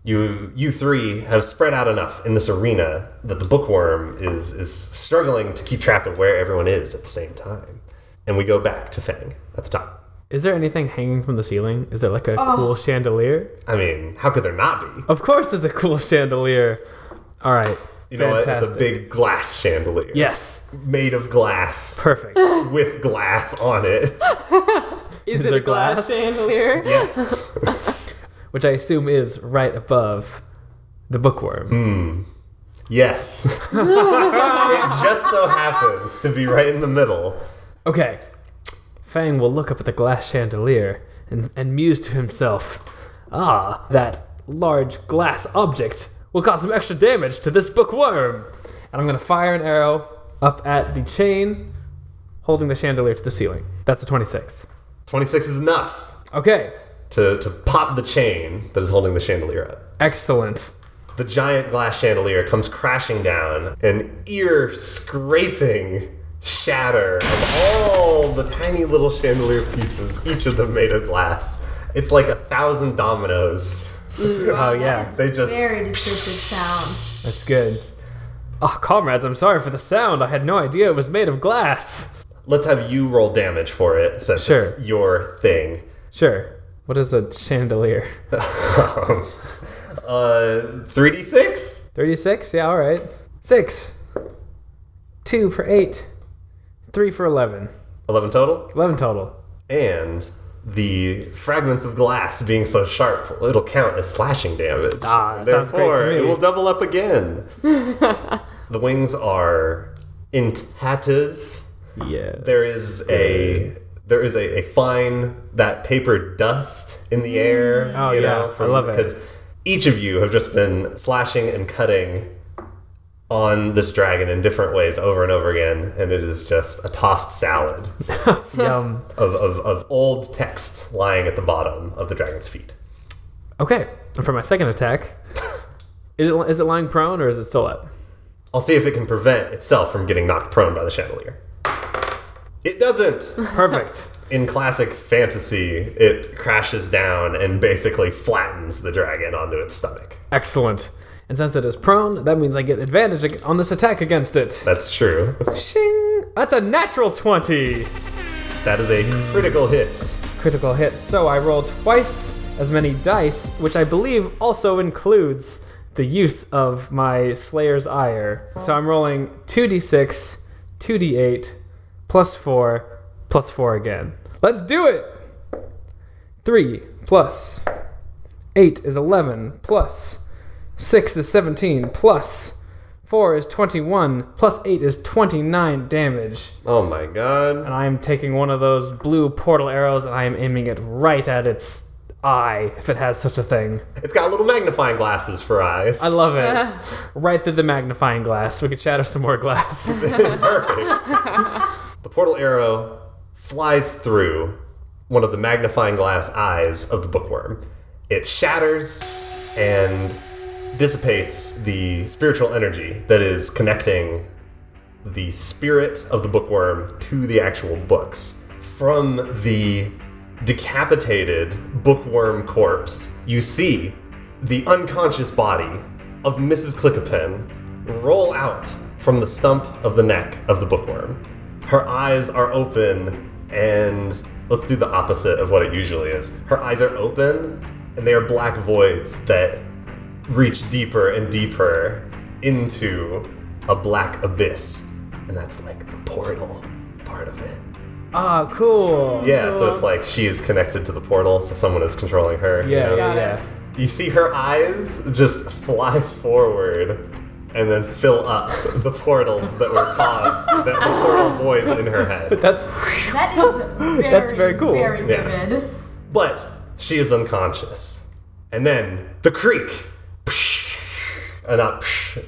Speaker 2: You you three have spread out enough in this arena that the bookworm is is struggling to keep track of where everyone is at the same time. And we go back to Fang at the top.
Speaker 4: Is there anything hanging from the ceiling? Is there like a cool chandelier?
Speaker 2: I mean, how could there not be?
Speaker 4: Of course, there's a cool chandelier. All right.
Speaker 2: You know what?
Speaker 4: Fantastic.
Speaker 2: It's a big glass chandelier.
Speaker 4: Yes.
Speaker 2: Made of glass.
Speaker 4: Perfect.
Speaker 2: *laughs* With glass on it.
Speaker 5: Is,
Speaker 4: it
Speaker 5: it
Speaker 4: a
Speaker 5: a
Speaker 4: glass?
Speaker 2: *laughs*
Speaker 5: glass, chandelier?
Speaker 2: Yes.
Speaker 4: Which I assume is right above the bookworm.
Speaker 2: yes. *laughs* it just so happens to be right in the middle.
Speaker 4: Okay. Fang will look up at the glass chandelier and, and muse to himself. Ah, that large glass object will cause some extra damage to this bookworm. And I'm going to fire an arrow up at the chain holding the chandelier to the ceiling. That's a 26.
Speaker 2: 26 is enough
Speaker 4: Okay.
Speaker 2: to, to pop the chain that is holding the chandelier up.
Speaker 4: Excellent.
Speaker 2: The giant glass chandelier comes crashing down, an ear scraping shatter of all the tiny little chandelier pieces, each of them made of glass. It's like a thousand dominoes.
Speaker 4: Oh, yeah.
Speaker 2: They just.
Speaker 3: Very descriptive sound.
Speaker 4: That's good. Ah, comrades, I'm sorry for the sound. I had no idea it was made of glass.
Speaker 2: Let's have you roll damage for it since
Speaker 4: Sure.
Speaker 2: it's your thing. *laughs*
Speaker 4: Sure. What is a chandelier?
Speaker 2: um, uh, 3d6?
Speaker 4: 36? Yeah, all right. Six. Two for eight. Three for 11.
Speaker 2: 11 total?
Speaker 4: 11 total.
Speaker 2: And the fragments of glass being so sharp, it'll count as slashing damage.
Speaker 4: Ah, that sounds great to
Speaker 2: Therefore,
Speaker 4: me.
Speaker 2: It will double up again. the wings are in tatters.
Speaker 4: Yeah.
Speaker 2: There is a there is a, a fine that paper dust in the air.
Speaker 4: Oh,
Speaker 2: you
Speaker 4: yeah.
Speaker 2: know,
Speaker 4: I love it.
Speaker 2: Because each of you have just been slashing and cutting on this dragon in different ways over and over again, and it is just a tossed salad
Speaker 4: Yum.
Speaker 2: of, of, of old text lying at the bottom of the dragon's feet.
Speaker 4: Okay. And for my second attack, is it, is it lying prone or is it still up?
Speaker 2: I'll see if it can prevent itself from getting knocked prone by the chandelier. It doesn't! *laughs*
Speaker 4: Perfect.
Speaker 2: In classic fantasy, it crashes down and basically flattens the dragon onto its stomach.
Speaker 4: Excellent. And since it is prone, that means I get advantage ag- on this attack against it.
Speaker 2: That's true.
Speaker 4: Shing! That's a natural 20.
Speaker 2: That is a critical hit.
Speaker 4: critical hit. So I rolled twice as many dice, which I believe also includes the use of my Slayer's Ire. So I'm rolling 2d6, 2d8, plus 4, plus 4 again. Let's do it! 3 plus 8 is 11, plus 6 is 17, plus 4 is 21, plus 8 is 29 damage
Speaker 2: Oh my god.
Speaker 4: and I'm taking one of those blue portal arrows and I am aiming it right at its eye, if it has such a thing.
Speaker 2: It's got little magnifying glasses for eyes.
Speaker 4: I love it.
Speaker 6: *laughs*
Speaker 4: right through the magnifying glass. We could shatter some more glass. *laughs*
Speaker 2: Perfect. *laughs* the portal arrow flies through one of the magnifying glass eyes of the bookworm. It shatters and dissipates the spiritual energy that is connecting the spirit of the bookworm to the actual books. From the decapitated bookworm corpse, you see the unconscious body of Mrs. Clickapin roll out from the stump of the neck of the bookworm. Her eyes are open, and let's do the opposite of what it usually is. Her eyes are open, and they are black voids that reach deeper and deeper into a black abyss. And that's like the portal part of it.
Speaker 4: Ah, cool.
Speaker 2: Yeah, so it's like she is connected to the portal, so someone is controlling her. you
Speaker 4: Yeah,
Speaker 2: know?
Speaker 4: yeah.
Speaker 6: Got it.
Speaker 4: yeah.
Speaker 2: You see her eyes just fly forward and then fill up *laughs* the portals that were caused, that the portal voids in her head.
Speaker 4: That's
Speaker 6: That is very,
Speaker 4: That's very cool.
Speaker 6: Very
Speaker 2: Yeah.
Speaker 6: vivid.
Speaker 2: But she is unconscious. And then the creek. And not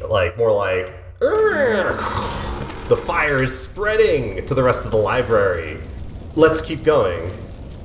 Speaker 2: like more like the fire is spreading to the rest of the library. Let's keep going.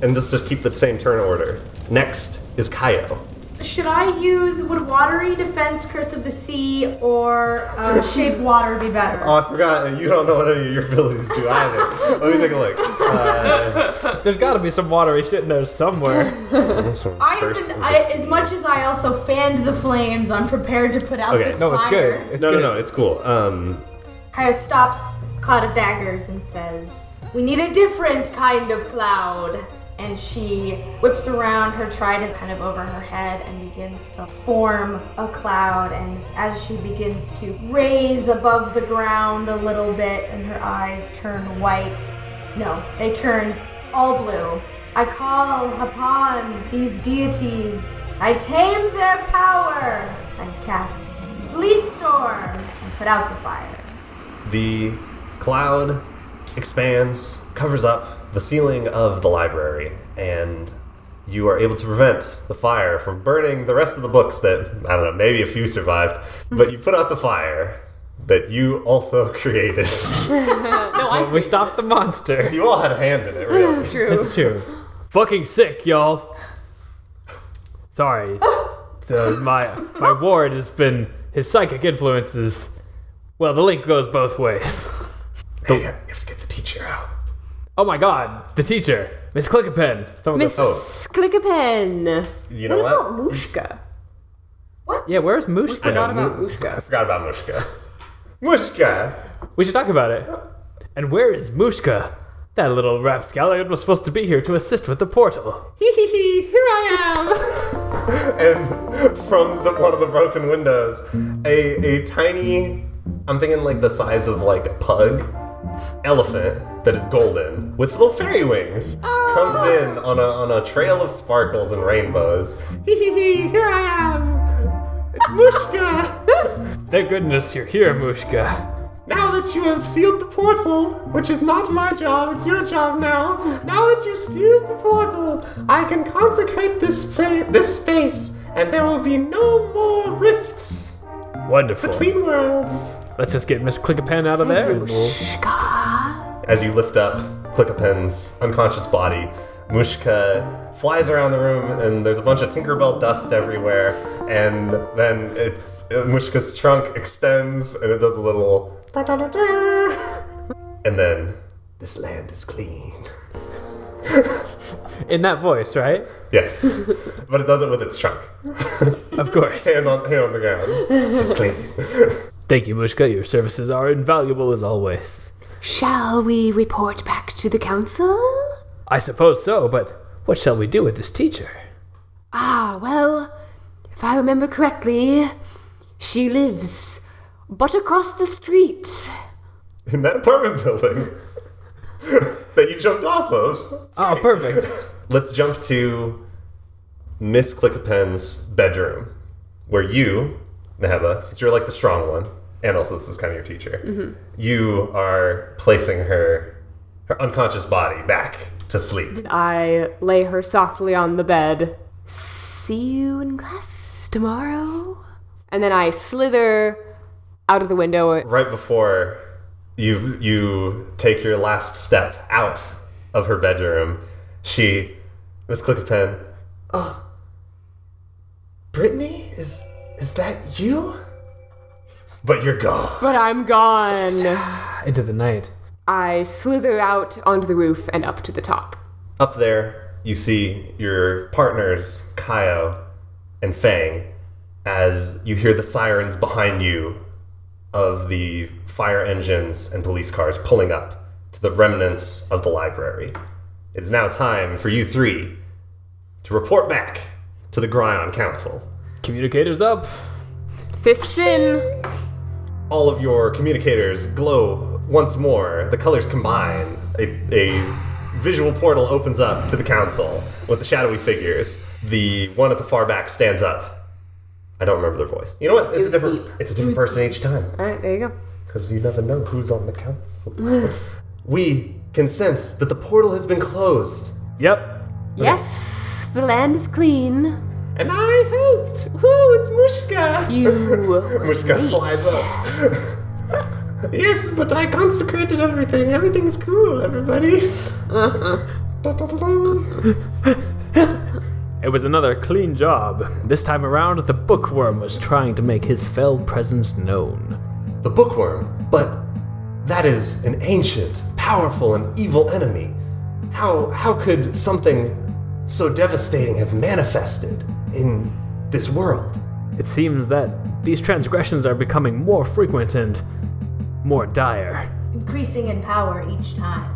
Speaker 2: And let's just keep the same turn order. Next is Kaio.
Speaker 3: Should I use Would Watery Defense Curse of the Sea or uh, Shape Water be better?
Speaker 2: Oh, I forgot. You don't know what any of your abilities do either. Let me take a
Speaker 6: *laughs*
Speaker 2: look. *laughs* Uh,
Speaker 4: there's got to be some watery shit in there
Speaker 6: *laughs*
Speaker 4: somewhere.
Speaker 2: this one
Speaker 6: I,
Speaker 2: first
Speaker 6: was,
Speaker 2: is
Speaker 6: I
Speaker 2: this-
Speaker 6: as much as I also fanned the flames, I'm prepared to put out
Speaker 2: Okay.
Speaker 6: this
Speaker 4: No, Oh, it's good.
Speaker 6: fire.
Speaker 4: It's
Speaker 2: no, no,
Speaker 4: good.
Speaker 2: no. It's cool. Um,
Speaker 3: Kaio stops Cloud of Daggers and says,
Speaker 6: We need a different kind of cloud.
Speaker 3: and she whips around her trident kind of over her head and begins to form a cloud. And as she begins to raise above the ground a little bit, and her eyes turn white, no, they turn all blue. I call upon these deities. I tame their power. I cast Sleet Storm and put out the fire.
Speaker 2: The cloud expands, covers up the ceiling of the library, and you are able to prevent the fire from burning the rest of the books that, I don't know, maybe a few survived, but you put out the fire that you also *laughs* created.
Speaker 5: Uh,
Speaker 6: No,
Speaker 2: Oh.
Speaker 6: I
Speaker 4: We stopped the
Speaker 2: *laughs*
Speaker 4: monster.
Speaker 2: you all had a hand in it,
Speaker 5: *laughs*
Speaker 2: really.
Speaker 6: true.
Speaker 4: It's true. Fucking sick, y'all. Sorry. So my my ward has been his psychic influences. Well, the link goes both ways.
Speaker 2: Hey, you have to get the teacher out.
Speaker 4: Oh my god, the teacher, Miss Clickapen. Someone
Speaker 5: Miss
Speaker 4: goes,
Speaker 2: Oh.
Speaker 5: Klikapin.
Speaker 2: You know
Speaker 5: what about
Speaker 2: what?
Speaker 5: Mushka?
Speaker 4: yeah, where's Moosh?
Speaker 5: I forgot
Speaker 2: know,
Speaker 5: about
Speaker 2: Mu- I
Speaker 5: Mushka.
Speaker 2: forgot about Mushka. Mushka!
Speaker 4: We should talk about it. And where is Mushka? That little rapscallion was supposed to be here to assist with the portal.
Speaker 5: Hee hee hee, here I am.
Speaker 2: *laughs* and from the, one of the broken windows, a, a tiny, I'm thinking like the size of like a pug, elephant that is golden with little fairy wings comes in on a, on a trail of sparkles and rainbows. Hee hee hee, here I am! It's *laughs* Mushka!
Speaker 4: Thank goodness you're here, Mushka.
Speaker 2: now that you have sealed the portal, which is not my job, it's your job now. Now that you've sealed the portal, I can consecrate this, pla- this space, and there will be no more rifts.
Speaker 4: Wonderful.
Speaker 2: worlds.
Speaker 4: Let's just get Miss Clickapen out of there. and we'll-
Speaker 2: As you lift up Clickapin's unconscious body, Mushka flies around the room, and there's a bunch of Tinkerbell dust everywhere. And then it's uh, Mushka's trunk extends, and it does a little. *laughs* And then this land is clean. *laughs*
Speaker 4: In that voice, right?
Speaker 2: Yes, but it does it with its trunk.
Speaker 4: Of course.
Speaker 2: hand on hand on the ground. It's clean. *laughs*
Speaker 4: Thank you, Mushka. Your services are invaluable as always.
Speaker 5: Shall we report back to the council?
Speaker 4: I suppose so, but what shall we do with this teacher?
Speaker 5: Ah, well, if I remember correctly, she lives but across the street.
Speaker 2: In that apartment building *laughs* that you jumped off of.
Speaker 4: Oh, perfect.
Speaker 2: Let's jump to Miss Clickapen's bedroom, where you, Neheba, since you're like the strong one, and also this is kind of your teacher, you are placing her her unconscious body back to sleep.
Speaker 5: I lay her softly on the bed. See you in class tomorrow. And then I slither out of the window.
Speaker 2: Right before you you take your last step out of her bedroom, she Miss Clickapen, oh, Brittany, is is that you? But you're gone.
Speaker 5: But I'm gone.
Speaker 4: *laughs* into the night.
Speaker 5: I slither out onto the roof and up to the top.
Speaker 2: Up there, you see your partners, Kaio and Fang, as you hear the sirens behind you of the fire engines and police cars pulling up to the remnants of the library. It's now time for you three to report back to the Gryon Council.
Speaker 4: Communicators up.
Speaker 5: Fists in.
Speaker 2: all of your communicators glow once more. The colors combine. A, a visual portal opens up to the council with the shadowy figures. The one at the far back stands up. I don't remember their voice. You know what? It's a
Speaker 5: was
Speaker 2: different.
Speaker 5: deep.
Speaker 2: It's a different person each time
Speaker 5: All right, there you go.
Speaker 2: because you never know who's on the
Speaker 5: *laughs*
Speaker 2: council. we can sense that the portal has been closed.
Speaker 4: Yep.
Speaker 5: Yes, the land is clean.
Speaker 2: And I hoped. Woo! It's Mushka.
Speaker 5: You.
Speaker 2: *laughs* Mushka flies up. *laughs* yes, but I consecrated everything. Everything's cool, everybody.
Speaker 4: It was another clean job. This time around, the bookworm was trying to make his fell presence known.
Speaker 2: the bookworm, but that is an ancient, powerful, and evil enemy. How how could something so devastating have manifested in this world?
Speaker 4: It seems that these transgressions are becoming more frequent and more dire.
Speaker 3: increasing in power each time.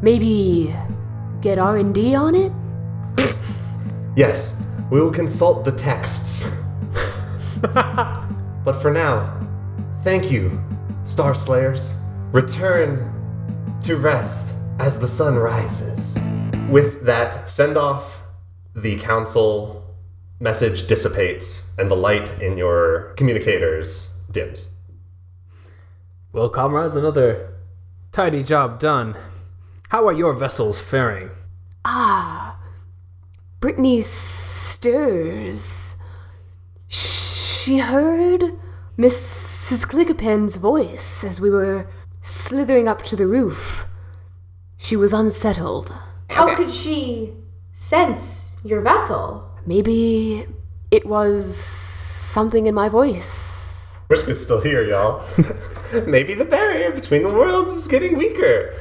Speaker 5: Maybe get R and D on it.
Speaker 2: Yes, we will consult the texts. but for now, thank you, Star Slayers. Return to rest as the sun rises. With that send off, the council message dissipates and the light in your communicators dims.
Speaker 4: Well, comrades, another tidy job done. How are your vessels faring?
Speaker 5: Ah, Brittany stirs. She heard Mrs. Clickapen's voice as we were slithering up to the roof. She was unsettled.
Speaker 3: How could she sense your vessel?
Speaker 5: Maybe it was something in my voice.
Speaker 2: Briska's still here, y'all. *laughs* Maybe the barrier between the worlds is getting weaker.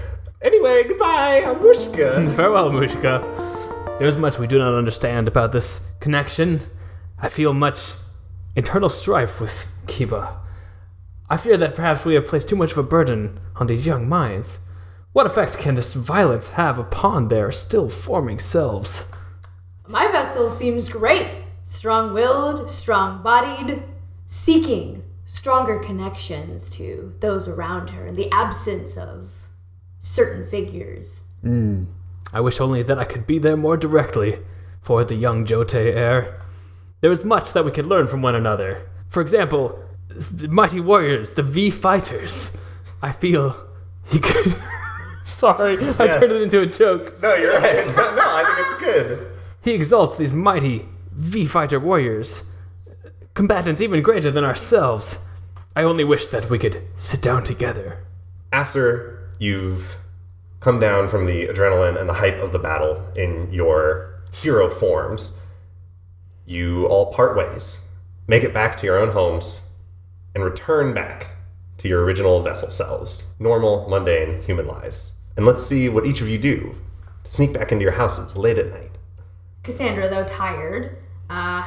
Speaker 2: Anyway, goodbye. I'm Wishka.
Speaker 4: *laughs* Farewell, Mushka. There's much we do not understand about this connection. I feel much internal strife with Kiba. I fear that perhaps we have placed too much of a burden on these young minds. What effect can this violence have upon their still forming selves?
Speaker 6: My vessel seems great. Strong willed, strong bodied, seeking stronger connections to those around her in the absence of certain figures.
Speaker 4: I wish only that I could be there more directly for the young Jotei heir. There is much that we could learn from one another. For example, the mighty warriors, the V fighters. I feel he could. *laughs* Sorry, I
Speaker 2: Yes.
Speaker 4: turned it into a joke.
Speaker 2: No, you're right. *laughs* No, I think it's good.
Speaker 4: He exalts these mighty V fighter warriors, combatants even greater than ourselves. I only wish that we could sit down together.
Speaker 2: After you've come down from the adrenaline and the hype of the battle in your hero forms, you all part ways, make it back to your own homes, and return back to your original vessel selves, normal, mundane human lives. And let's see what each of you do to sneak back into your houses late at night.
Speaker 6: Cassandra, though tired, uh,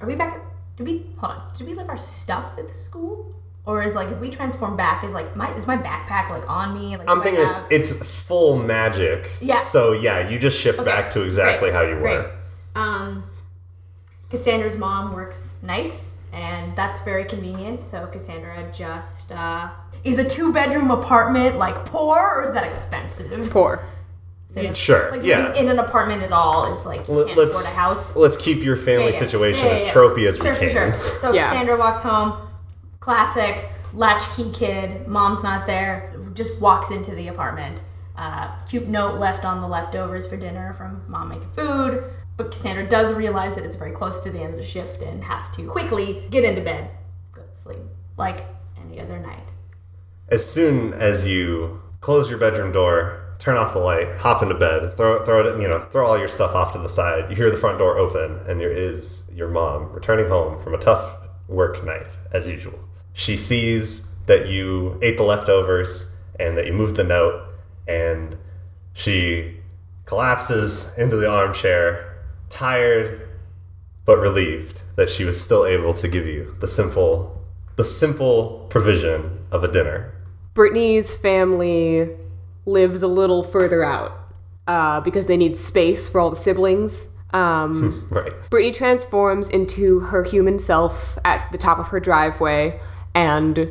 Speaker 3: Are we back? Did we hold on? Did we leave our stuff at the school? Or is like if we transform back, is like my is my backpack like on me? Like
Speaker 2: I'm
Speaker 3: do I
Speaker 2: thinking it's
Speaker 3: have-
Speaker 2: it's full magic.
Speaker 3: Yeah.
Speaker 2: So yeah, you just shift back to exactly how you were.
Speaker 3: Great. Um, Cassandra's mom works nights, and that's very convenient. So Cassandra just uh, is a two-bedroom apartment like poor, or is that expensive?
Speaker 5: Poor.
Speaker 2: Sure.
Speaker 3: Like
Speaker 2: yeah.
Speaker 3: living in an apartment at all is like you
Speaker 2: Let-
Speaker 3: can't
Speaker 2: let's-
Speaker 3: afford a house.
Speaker 2: Let's keep your family
Speaker 3: Yeah, yeah.
Speaker 2: situation
Speaker 3: Yeah, yeah,
Speaker 2: as
Speaker 3: yeah.
Speaker 2: tropey as
Speaker 3: Sure,
Speaker 2: we
Speaker 3: sure,
Speaker 2: can.
Speaker 3: sure. So
Speaker 5: Yeah.
Speaker 3: Cassandra walks home, classic latchkey kid. Mom's not there. Just walks into the apartment. Uh, cute note left on the leftovers for dinner from mom making food. But Cassandra does realize that it's very close to the end of the shift and has to quickly get into bed, go to sleep like any other night.
Speaker 2: As soon as you close your bedroom door, turn off the light, hop into bed, throw throw it, you know, throw all your stuff off to the side. You hear the front door open, and there is your mom returning home from a tough work night as usual. She sees that you ate the leftovers and that you moved the note, and she collapses into the armchair, tired but relieved that she was still able to give you the simple, the simple provision of a dinner.
Speaker 5: Brittany's family lives a little further out uh, because they need space for all the siblings. Um,
Speaker 2: Right.
Speaker 5: Brittany transforms into her human self at the top of her driveway and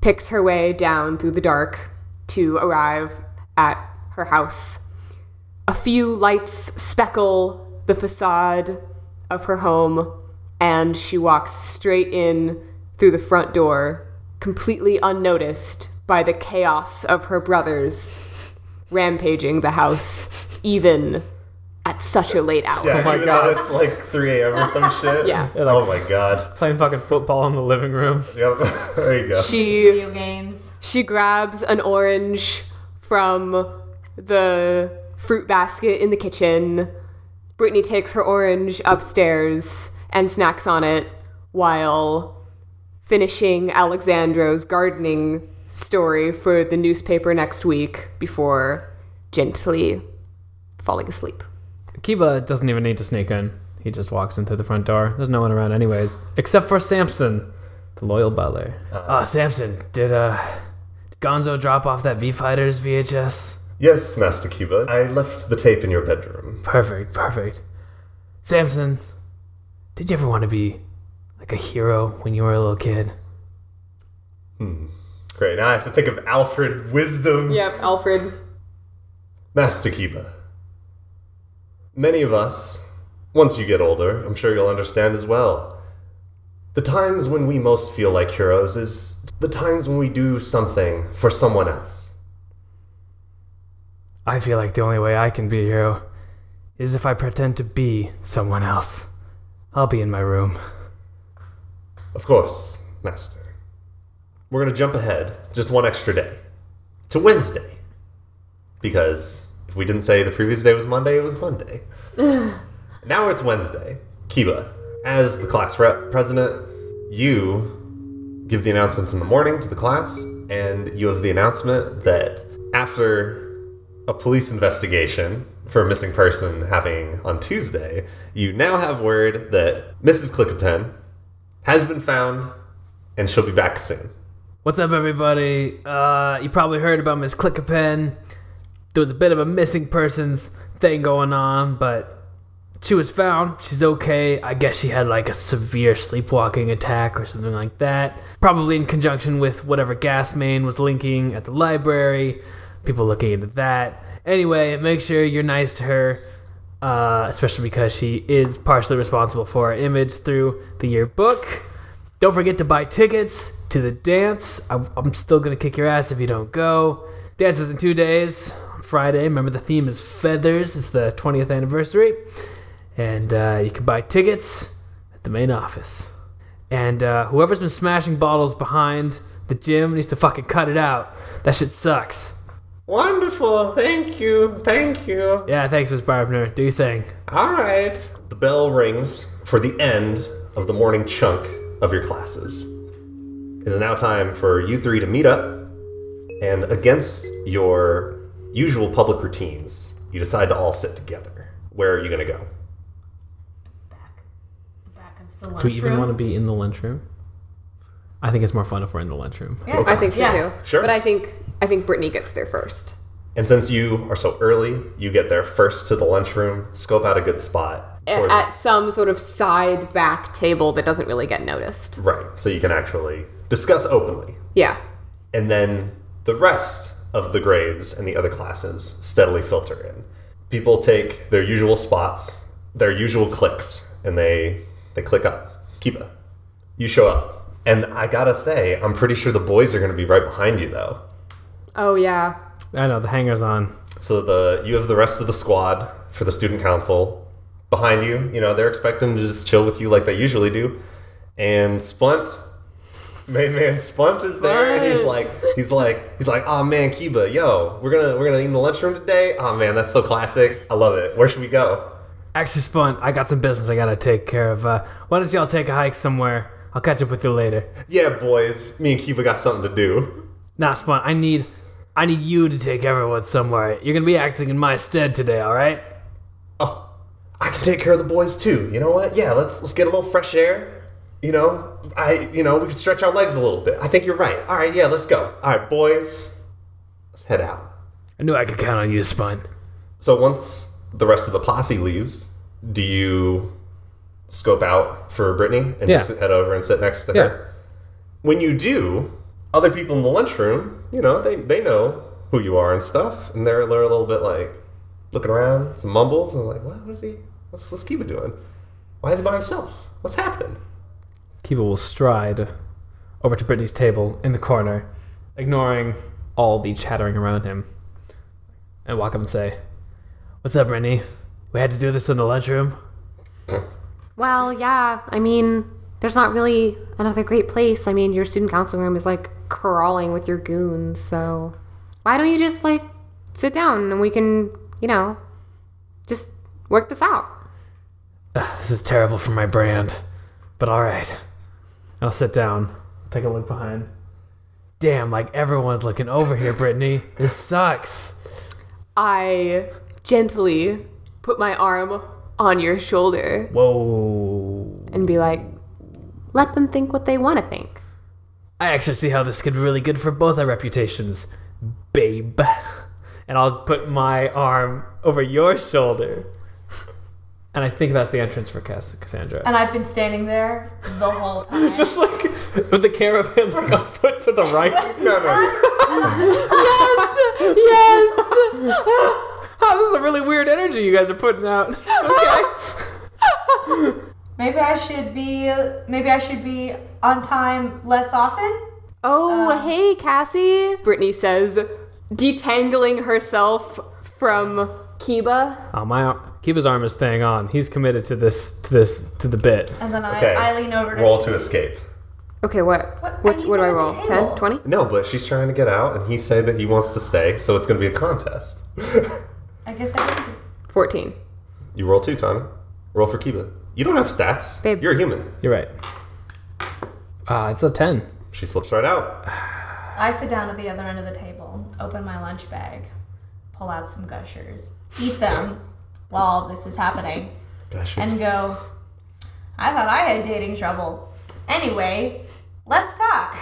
Speaker 5: picks her way down through the dark to arrive at her house. A few lights speckle the facade of her home, and she walks straight in through the front door, completely unnoticed by the chaos of her brothers rampaging the house, even at such a late hour.
Speaker 2: Yeah,
Speaker 4: my
Speaker 2: even
Speaker 4: God.
Speaker 2: though it's like 3 a.m. or some shit.
Speaker 5: Oh Yeah.
Speaker 4: Yeah,
Speaker 2: oh my god.
Speaker 4: Playing fucking football in the living room.
Speaker 2: Yep. *laughs* there you go.
Speaker 5: She
Speaker 6: Video games.
Speaker 5: she grabs an orange from the fruit basket in the kitchen. Brittany takes her orange upstairs and snacks on it while finishing Alexandro's gardening story for the newspaper next week before gently falling asleep.
Speaker 4: Kiba doesn't even need to sneak in. He just walks in through the front door. There's no one around, anyways, except for Samson, the loyal butler. Ah, Samson, did uh, Gonzo drop off that V Fighters VHS?
Speaker 2: Yes, Master Cuba, I left the tape in your bedroom.
Speaker 4: Perfect, perfect. Samson, did you ever want to be like a hero when you were a little kid?
Speaker 2: Hmm. Great. Now I have to think of Alfred Wisdom.
Speaker 5: Yep, Alfred.
Speaker 2: Master Kiba. Many of us, once you get older, I'm sure you'll understand as well. The times when we most feel like heroes is the times when we do something for someone else.
Speaker 4: I feel like the only way I can be a hero is if I pretend to be someone else. I'll be in my room.
Speaker 2: Of course, Master. We're going to jump ahead just one extra day to Wednesday. Because if we didn't say the previous day was Monday, it was Monday. now it's Wednesday. Kiba, as the class rep president, you give the announcements in the morning to the class, and you have the announcement that after a police investigation for a missing person happening on Tuesday, you now have word that Mrs. Clickapen, has been found, and she'll be back soon.
Speaker 4: What's up, everybody? Uh, you probably heard about Miss Clickapen. There was a bit of a missing persons thing going on, but she was found. She's okay. I guess she had like a severe sleepwalking attack or something like that. Probably in conjunction with whatever gas main was linking at the library. People looking into that. Anyway, make sure you're nice to her, uh, especially because she is partially responsible for our image through the yearbook. Don't forget to buy tickets to the dance. I'm, I'm still gonna kick your ass if you don't go. Dance is in two days. on Friday. Remember the theme is feathers. It's the 20th anniversary, and uh, you can buy tickets at the main office. And uh, whoever's been smashing bottles behind the gym needs to fucking cut it out. That shit sucks.
Speaker 2: Wonderful. Thank you. Thank you.
Speaker 4: Yeah, thanks, Miss Barbner. Do your thing.
Speaker 2: All right. The bell rings for the end of the morning chunk of your classes. It is now time for you three to meet up, and against your usual public routines, you decide to all sit together. Where are you going to go?
Speaker 6: Back of the
Speaker 4: Do we even
Speaker 6: lunchroom.
Speaker 4: want to be in the lunchroom? I think it's more fun if we're in the lunchroom.
Speaker 5: Yeah, I think so
Speaker 6: Yeah.
Speaker 5: too.
Speaker 2: Sure.
Speaker 5: But I think I think Brittany gets there first.
Speaker 2: And since you are so early, you get there first to the lunchroom, scope out a good spot.
Speaker 5: A-
Speaker 2: towards-
Speaker 5: Eh, at some sort of side back table that doesn't really get noticed.
Speaker 2: right, so you can actually discuss openly
Speaker 5: Yeah.
Speaker 2: and then the rest of the grades and the other classes steadily filter in. People take their usual spots, their usual clicks, and they they click up. Kiba, you show up, and I gotta say, I'm pretty sure the boys are gonna be right behind you though.
Speaker 5: Oh yeah.
Speaker 4: I know the hangers on.
Speaker 2: So the you have the rest of the squad for the student council behind you. You know they're expecting to just chill with you like they usually do, and Spunt. *laughs* Main man Spunt is there, and he's like, he's like, he's like, oh man, Kiba, yo, we're gonna we're gonna eat in the lunchroom today. Oh man, that's so classic. I love it. Where should we go?
Speaker 4: Actually, Spunt, I got some business I gotta take care of. Uh, why don't y'all take a hike somewhere? I'll catch up with you later.
Speaker 2: Yeah, boys, me and Kiva got something to do.
Speaker 4: Nah, Spawn, I need I need you to take everyone somewhere. You're gonna be acting in my stead today, alright?
Speaker 2: Oh, I can take care of the boys too. You know what? Yeah, let's let's get a little fresh air. You know, I you know we can stretch our legs a little bit. I think you're right. All right, yeah, let's go. All right, boys, let's head out.
Speaker 4: I knew I could count on you, Spawn.
Speaker 2: So once the rest of the posse leaves, do you scope out for Brittany and
Speaker 4: Yeah.
Speaker 2: just head over and sit next to
Speaker 4: Yeah.
Speaker 2: her? When you do, other people in the lunchroom, you know, they, they know who you are and stuff, and they're, they're a little bit like looking around, some mumbles, and like, what, what is he? What's, what's Kiva doing? Why is he by himself? What's happening?
Speaker 4: Kiva will stride over to Brittany's table in the corner, ignoring all the chattering around him, and walk up and say, What's up, Brittany? We had to do this in the lunchroom?
Speaker 5: Well, yeah. I mean, there's not really another great place. I mean, your student council room is like crawling with your goons, so why don't you just like sit down and we can, you know, just work this out?
Speaker 4: Ugh, this is terrible for my brand, but alright. I'll sit down, take a look behind. Damn, like everyone's looking over here, Brittany. This sucks.
Speaker 7: I gently put my arm on your shoulder
Speaker 4: Whoa.
Speaker 7: and be like,
Speaker 5: Let them think what they want to think.
Speaker 4: I actually see how this could be really good for both our reputations, babe. And I'll put my arm over your shoulder. And I think that's the entrance for Cass- Cassandra.
Speaker 3: And I've been standing there the whole
Speaker 4: *laughs*
Speaker 3: time.
Speaker 4: Just like with the caravan's like a foot to the
Speaker 3: *laughs*
Speaker 4: right.
Speaker 2: No, no,
Speaker 4: Oh, this is a really weird energy you guys are
Speaker 3: *laughs*
Speaker 4: putting out. Okay.
Speaker 3: maybe I should be maybe I should be on time less often.
Speaker 5: Oh, hey, Cassie.
Speaker 7: Brittany says, detangling herself from Kiba.
Speaker 4: Oh, my arm. Kiba's arm is staying on. He's committed to this, to this, to the bit.
Speaker 3: And then
Speaker 2: *laughs*
Speaker 3: I,
Speaker 2: Okay.
Speaker 3: I lean over to
Speaker 2: roll to escape.
Speaker 7: Okay, what?
Speaker 3: What- I
Speaker 7: Which,
Speaker 3: need
Speaker 7: what do
Speaker 3: that
Speaker 7: I
Speaker 3: at the
Speaker 7: roll?
Speaker 3: table.
Speaker 7: 10? 20?
Speaker 2: No, but she's trying to get out, and he said that he wants to stay, so it's going to be a contest. *laughs*
Speaker 3: I guess I can
Speaker 7: 14.
Speaker 2: you roll two, Tommy. Roll for Kiva. You don't have stats.
Speaker 5: Babe.
Speaker 2: You're a human.
Speaker 4: You're right. Ah, it's a ten.
Speaker 2: She slips right out.
Speaker 3: I sit down at the other end of the table, open my lunch bag, pull out some gushers, eat *laughs* them while this is happening,
Speaker 2: Gosh,
Speaker 3: and
Speaker 2: it's-
Speaker 3: go, I thought I had dating trouble. Anyway, let's talk.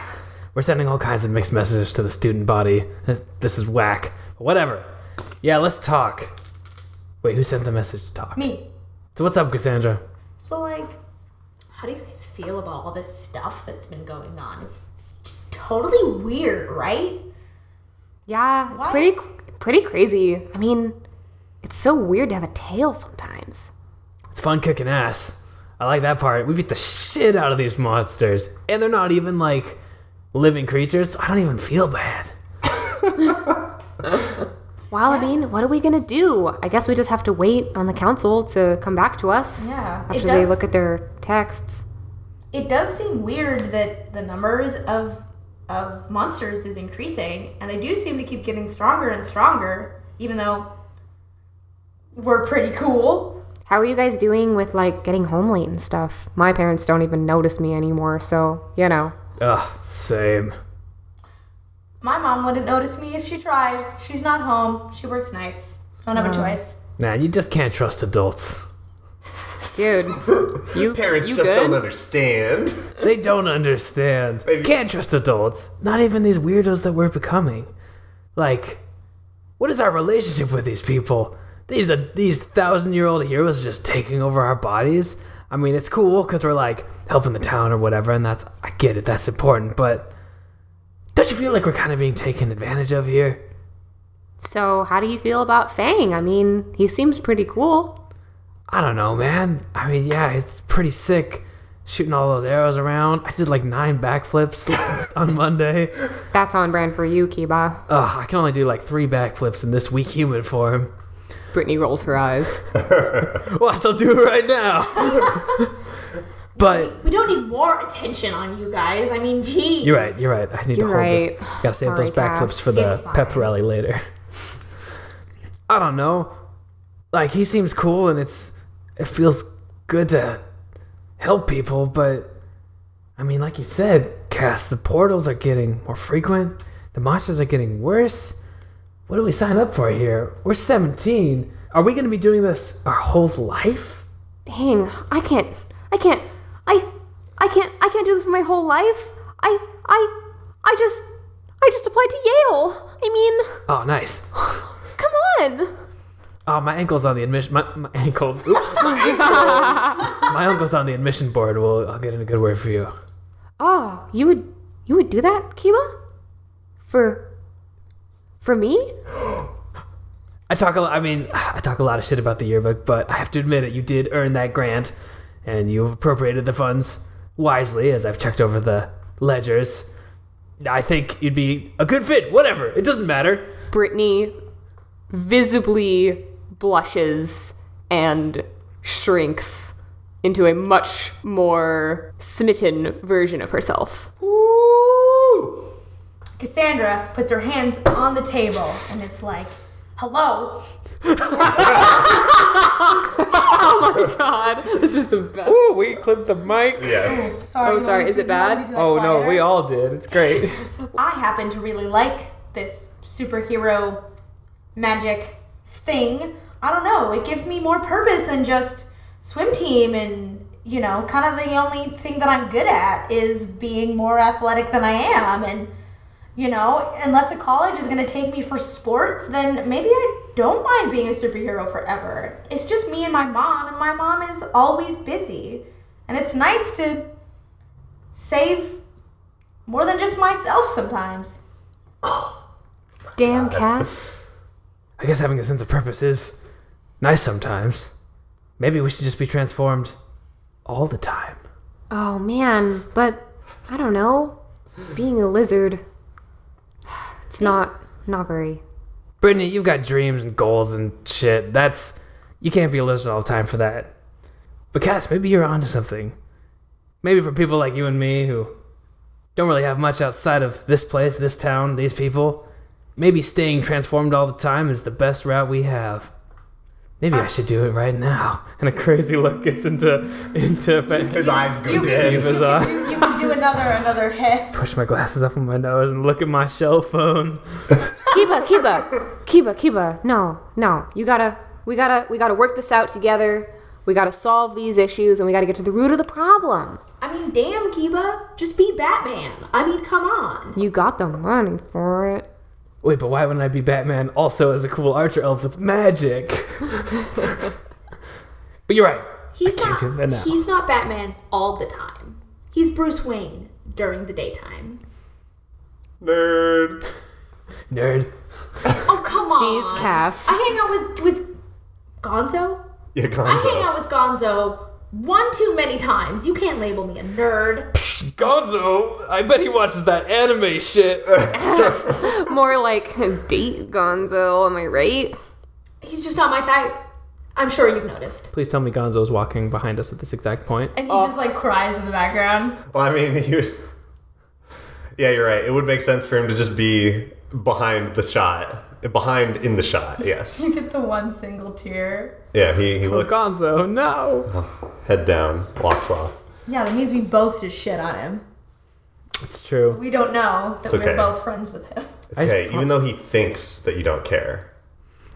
Speaker 4: We're sending all kinds of mixed messages to the student body. This- This is whack. Whatever. Yeah, let's talk. Wait, who sent the message to talk?
Speaker 3: Me.
Speaker 4: So what's up, Cassandra?
Speaker 3: So, like, how do you guys feel about all this stuff that's been going on? It's just totally weird, right?
Speaker 5: Yeah, it's
Speaker 3: Why-
Speaker 5: pretty pretty crazy. I mean, it's so weird to have a tail sometimes.
Speaker 4: It's fun kicking ass. I like that part. We beat the shit out of these monsters. And they're not even like living creatures, so I don't even feel bad.
Speaker 5: Well, I mean, what are we gonna do? I guess we just have to wait on the council to come back to us
Speaker 3: Yeah.
Speaker 5: after they look at their texts.
Speaker 3: it does seem weird that the numbers of of monsters is increasing and they do seem to keep getting stronger and stronger even though we're pretty cool
Speaker 5: How are you guys doing with like getting home late and stuff? My parents don't even notice me anymore, so you know.
Speaker 4: Ugh, same.
Speaker 3: my mom wouldn't notice me if she tried she's not home she works nights don't have a choice
Speaker 4: Man, you just can't trust adults.
Speaker 2: *laughs*
Speaker 7: Dude, you,
Speaker 2: Parents
Speaker 7: you
Speaker 2: just
Speaker 7: good?
Speaker 2: don't understand.
Speaker 4: They don't understand.
Speaker 2: Maybe-
Speaker 4: Can't trust adults. Not even these weirdos that we're becoming. Like, what is our relationship with these people? These are these thousand-year-old heroes just taking over our bodies. I mean, it's cool because we're like helping the town or whatever, and that's I get it. That's important, but don't you feel like we're kind of being taken advantage of here?
Speaker 5: So, how do you feel about Fang? I mean, he seems pretty cool.
Speaker 4: I don't know, man. I mean, yeah, it's pretty sick shooting all those arrows around. I did like nine backflips *laughs* on Monday.
Speaker 5: That's on brand for you, Kiba.
Speaker 4: Ugh, I can only do like three backflips in this weak human form.
Speaker 7: Brittany rolls her eyes.
Speaker 4: *laughs* Watch, I'll do it right now. *laughs* but
Speaker 3: we don't need more attention on you guys i mean geez
Speaker 4: you're right, you're right. I need
Speaker 5: You're
Speaker 4: to hold
Speaker 5: right.
Speaker 4: it. Gotta save
Speaker 5: Sorry,
Speaker 4: those backflips
Speaker 5: Cass.
Speaker 4: for the
Speaker 3: It's fine.
Speaker 4: pep rally later. I don't know. Like he seems cool and it's it feels good to help people, but I mean, like you said, Cass, the portals are getting more frequent. The monsters are getting worse. What do we sign up for here? We're 17. Are we going to be doing this our whole life?
Speaker 5: Dang, I can't. I can't. I. I can't. I can't do this for my whole life. I. I. I just. I just applied to Yale. I mean,
Speaker 4: Oh, nice.
Speaker 5: come on.
Speaker 4: Oh, my ankle's on the admission. My, my ankles. Oops.
Speaker 5: *laughs*
Speaker 4: my uncle's on the admission board. Well, I'll get in a good word for you.
Speaker 5: Oh, you would. You would do that, Kiba? For. For me?
Speaker 4: I talk a lot. I mean, I talk a lot of shit about the yearbook, but I have to admit it. You did earn that grant, and you appropriated the funds wisely, as I've checked over the ledgers. I think you'd be a good fit. Whatever, it doesn't matter.
Speaker 5: Brittany visibly blushes and shrinks into a much more smitten version of herself.
Speaker 3: Cassandra puts her hands on the table and it's like, hello.
Speaker 5: Oh my god, this is the best.
Speaker 4: Ooh, we clipped the mic.
Speaker 2: Yeah.
Speaker 3: Sorry,
Speaker 5: Oh,
Speaker 3: you
Speaker 5: sorry,
Speaker 3: wanted
Speaker 5: is
Speaker 3: to-
Speaker 5: it
Speaker 3: you wanted
Speaker 5: bad?
Speaker 3: to do that
Speaker 4: Oh no,
Speaker 3: quieter?
Speaker 4: we all did. It's great.
Speaker 3: I happen to really like this superhero magic thing. I don't know. It gives me more purpose than just swim team and, you know, kind of the only thing that I'm good at is being more athletic than I am. And, you know, unless a college is going to take me for sports, then maybe I don't mind being a superhero forever. It's just me and my mom, and my mom is always busy. And it's nice to save more than just myself sometimes.
Speaker 5: Damn, Cass.
Speaker 4: I guess having a sense of purpose is nice sometimes. Maybe we should just be transformed all the time.
Speaker 5: Oh man, but I don't know. Being a lizard, it's not not very.
Speaker 4: Brittany, you've got dreams and goals and shit. That's you can't be a lizard all the time for that. But Cass, maybe you're onto something. Maybe for people like you and me who don't really have much outside of this place, this town, these people, maybe staying transformed all the time is the best route we have. Maybe I should do it right now. *laughs* And a crazy look gets into into
Speaker 2: His eyes go dead.
Speaker 3: *laughs*
Speaker 4: Eva's eye.
Speaker 3: You can do another another hit.
Speaker 4: Push my glasses up on my nose and look at my shell phone.
Speaker 5: Kiba, Kiba, Kiba, Kiba. No, no. You gotta. We gotta. We gotta work this out together. We gotta solve these issues, and we gotta get to the root of the problem.
Speaker 8: I mean, damn, Kiba, just be Batman. I mean, come on.
Speaker 5: You got the money for it.
Speaker 4: Wait, but why wouldn't I be Batman also as a cool archer elf with *laughs* magic? but you're right.
Speaker 8: He's
Speaker 4: can't do that now.
Speaker 8: not. He's not Batman all the time. He's Bruce Wayne during the daytime.
Speaker 2: *laughs* Nerd.
Speaker 4: Nerd.
Speaker 8: Oh come on.
Speaker 5: Jeez, Cass.
Speaker 8: I hang out with with Gonzo.
Speaker 2: Yeah,
Speaker 8: I hang
Speaker 2: Gonzo.
Speaker 8: out with Gonzo one too many times. You can't label me a nerd.
Speaker 4: Gonzo, I bet he watches that anime shit.
Speaker 5: More like date Gonzo. Am I right?
Speaker 8: He's just not my type. I'm sure you've noticed.
Speaker 4: Please tell me Gonzo's walking behind us at this exact point.
Speaker 3: And he just like cries in
Speaker 8: *laughs*
Speaker 3: the background.
Speaker 2: Well, I mean, *laughs* he would... Yeah, you're right. It would make sense for him to just be behind the shot. Behind in the shot, yes.
Speaker 3: You get the one single tear.
Speaker 2: Yeah, he, he looks
Speaker 4: Gonzo, no.
Speaker 2: head down, walks off.
Speaker 3: Yeah, that means we both just shit on him.
Speaker 4: It's true.
Speaker 3: We don't know that
Speaker 2: It's okay.
Speaker 3: we're both friends with him. *laughs*
Speaker 2: It's
Speaker 4: I-
Speaker 2: okay, even though he thinks that you don't care.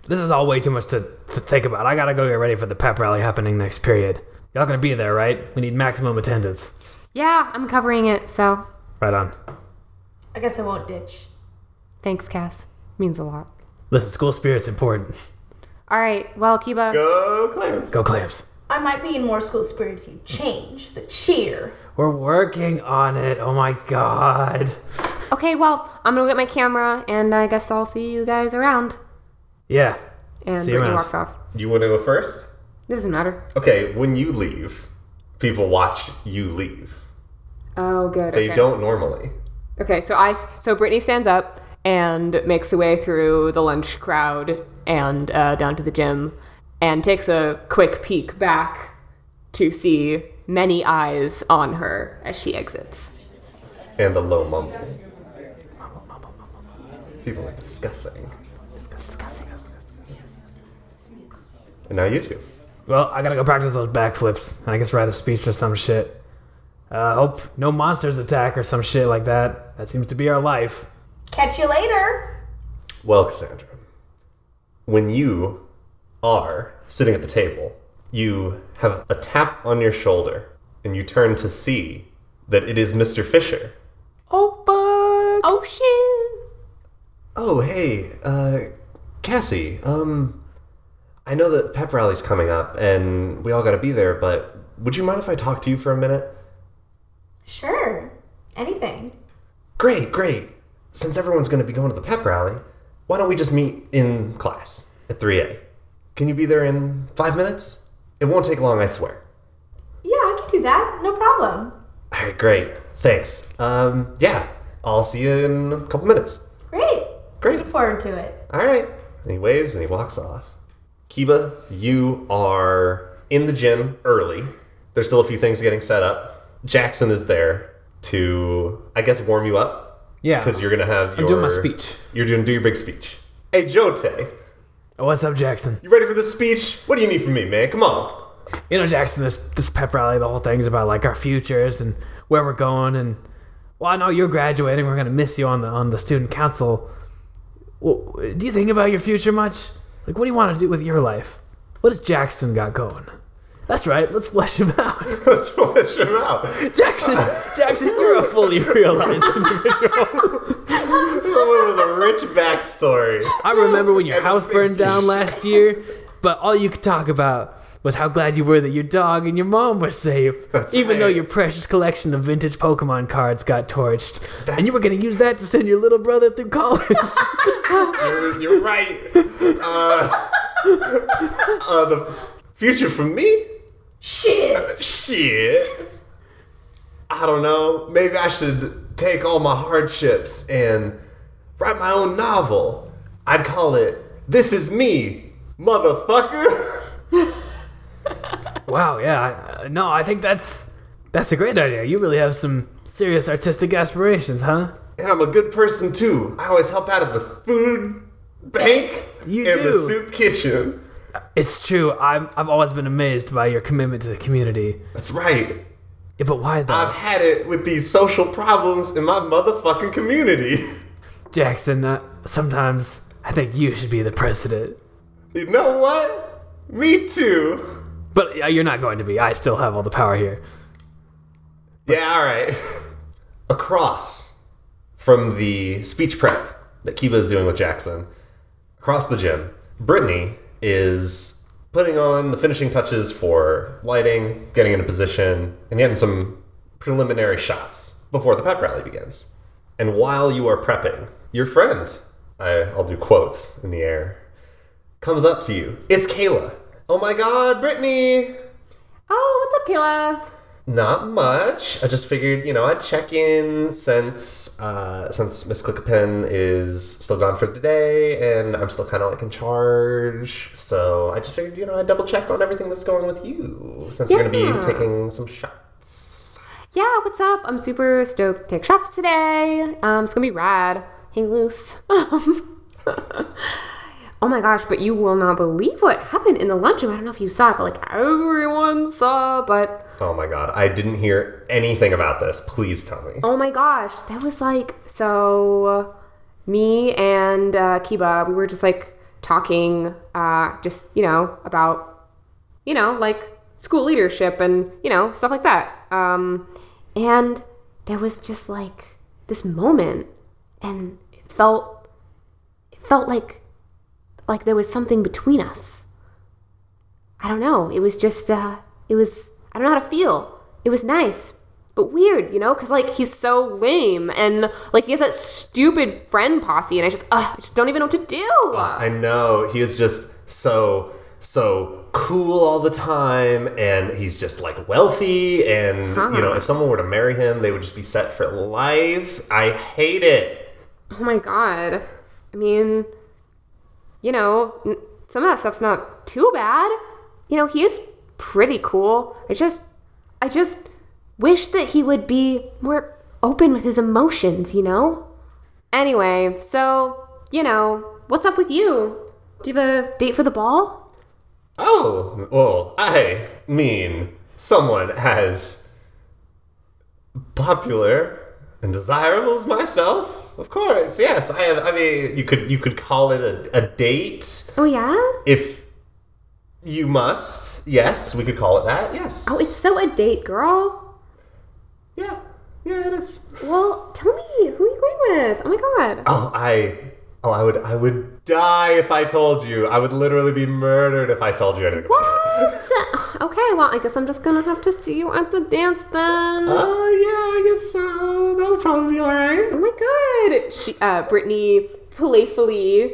Speaker 4: This is all way too much to, to think about. I gotta go get ready for the pep rally happening next period. Y'all gonna be there, right? We need maximum attendance.
Speaker 5: Yeah, I'm covering it. So
Speaker 4: Right on.
Speaker 8: I guess I won't ditch.
Speaker 5: thanks, Cass. Means a lot.
Speaker 4: Listen, school spirit's important.
Speaker 5: All right. Well, Kiba.
Speaker 2: Go, Clarence.
Speaker 4: Go Clams.
Speaker 8: I might be in more school spirit if you change the cheer.
Speaker 4: We're working on it. Oh my god.
Speaker 5: Okay, well, I'm gonna get my camera, and I guess I'll see you guys around.
Speaker 4: Yeah.
Speaker 5: And
Speaker 4: See you around.
Speaker 5: Brittany walks off.
Speaker 2: You want to go first?
Speaker 5: Doesn't matter.
Speaker 2: Okay, when you leave, people watch you leave.
Speaker 5: Oh, good.
Speaker 2: They
Speaker 5: okay.
Speaker 2: don't normally.
Speaker 5: Okay, so I so Brittany stands up and makes her way through the lunch crowd and uh, down to the gym, and takes a quick peek back to see many eyes on her as she exits.
Speaker 2: And the low mumble. People are discussing.
Speaker 5: Disgusting.
Speaker 2: And now you two.
Speaker 4: Well, I gotta go practice those backflips. and I guess write a speech or some shit. Uh, hope no monsters attack or some shit like that. That seems to be our life.
Speaker 9: Catch you later.
Speaker 2: Well, Cassandra, when you are sitting at the table, you have a tap on your shoulder, and you turn to see that it is Mr. Fisher.
Speaker 4: Oh, but
Speaker 10: Ocean!
Speaker 2: Oh, hey, uh, Cassie, um, I know that pep rally's coming up, and we all gotta be there, but would you mind if I talk to you for a minute?
Speaker 3: Sure. Anything.
Speaker 2: Great, great. Since everyone's going to be going to the pep rally, why don't we just meet in class at 3A? Can you be there in five minutes? It won't take long, I swear.
Speaker 3: Yeah, I can do that. No problem.
Speaker 2: All right, great. Thanks. Um, yeah, I'll see you in a couple minutes.
Speaker 3: Great.
Speaker 2: Great.
Speaker 3: Looking forward to it.
Speaker 2: All right. And he waves and he walks off. Kiba, you are in the gym early. There's still a few things getting set up. Jackson is there to, I guess, warm you up
Speaker 4: yeah,
Speaker 2: because you're going to have your.
Speaker 4: I'm doing my speech.
Speaker 2: You're doing do your big speech. Hey Jote,
Speaker 4: Oh, what's up, Jackson?
Speaker 2: you ready for this speech? What do you need from me, man? Come on. *laughs*
Speaker 4: You know, Jackson, this this pep rally, the whole thing's about like our futures and where we're going. And well, I know you're graduating. We're gonna miss you on the on the student council. Well, do you think about your future much? Like, what do you want to do with your life? What has Jackson got going? That's right. Let's flesh him out. *laughs*
Speaker 2: Let's flesh him out. *laughs*
Speaker 4: Jackson, Jackson, you're a fully realized *laughs* individual.
Speaker 2: Someone with a rich backstory.
Speaker 4: I remember when your
Speaker 2: And a
Speaker 4: house
Speaker 2: big
Speaker 4: burned down
Speaker 2: fish.
Speaker 4: last year, but all you could talk about was how glad you were that your dog and your mom were safe,
Speaker 2: *laughs* That's
Speaker 4: even though
Speaker 2: right.
Speaker 4: your precious collection of vintage Pokemon cards got torched, and you were gonna use that to send your little brother through college. *laughs*
Speaker 2: You're, you're right. Uh, *laughs* uh, the future for me?
Speaker 3: Shit.
Speaker 2: Shit. I don't know. Maybe I should take all my hardships and write my own novel. I'd call it This Is Me, Motherfucker. *laughs*
Speaker 4: wow, yeah, I- uh, no, I think that's that's a great idea. You really have some serious artistic aspirations, huh?
Speaker 2: And I'm a good person too. I always help out at the food bank
Speaker 4: You
Speaker 2: and
Speaker 4: do.
Speaker 2: the soup kitchen.
Speaker 4: It's true. I'm, I've always been amazed by your commitment to the community.
Speaker 2: That's right.
Speaker 4: Yeah, but why though?
Speaker 2: I've had it with these social problems in my motherfucking community. *laughs*
Speaker 4: Jackson, uh, sometimes I think you should be the president.
Speaker 2: You know what? Me too.
Speaker 4: But uh, you're not going to be. I still have all the power here.
Speaker 2: Yeah, all right. *laughs* Across from the speech prep that Kiba is doing with Jackson, across the gym, Brittany is putting on the finishing touches for lighting, getting into position, and getting some preliminary shots before the pep rally begins. And while you are prepping, your friend, I, I'll do quotes in the air, comes up to you. It's Kayla. Oh my god, Brittany!
Speaker 10: Oh, what's up, Kayla?
Speaker 2: Not much. I just figured, you know, I'd check in since uh, since Miss Clickapen is still gone for today, and I'm still kind of like in charge. So I just figured, you know, I'd double check on everything that's going with you since you're gonna be
Speaker 5: Yeah.
Speaker 2: taking some shots.
Speaker 5: Yeah, what's up? I'm super stoked to take shots today. Um, it's gonna be rad. Hang loose. *laughs* Um, oh my gosh, but you will not believe what happened in the lunchroom. I don't know if you saw it, but like everyone saw, but
Speaker 2: Oh my god, I didn't hear anything about this. Please tell me.
Speaker 5: Oh my gosh, that was like so. uh, Me and uh, Kiba, we were just like talking, uh, just you know about, you know, like school leadership and you know stuff like that. Um, and there was just like this moment, and it felt, it felt like, like there was something between us. I don't know. It was just, uh, it was, I don't know how to feel. It was nice, but weird, you know? Because, like, he's so lame and, like, he has that stupid friend posse, and I just, ugh, I just don't even know what to do.
Speaker 2: I know he is just so so cool all the time, and he's just like wealthy. And you know, if someone were to marry him, they would just be set for life. I hate it.
Speaker 5: oh my god. I mean, you know, n- some of that stuff's not too bad. You know, he is pretty cool. I just, I just wish that he would be more open with his emotions, you know? Anyway, so, you know, what's up with you? Do you have a date for the ball?
Speaker 2: Oh well, I mean, someone has popular and desirable as myself. Of course, yes. I have. I mean, you could you could call it a, a date
Speaker 11: Oh yeah.
Speaker 2: if you must. Yes, we could call it that. Yes.
Speaker 11: Oh, it's so a date, girl.
Speaker 2: yeah, yeah, it is.
Speaker 11: Well, tell me who are you going with? Oh my god.
Speaker 2: Oh, I. Oh, I would. I would die if I told you. I would literally be murdered if I told you anything. about
Speaker 11: What? okay. Well, I guess I'm just gonna have to see you at the dance then.
Speaker 2: Uh, yeah, I guess so. That'll probably be alright.
Speaker 11: Oh my god! She, uh, Brittany playfully,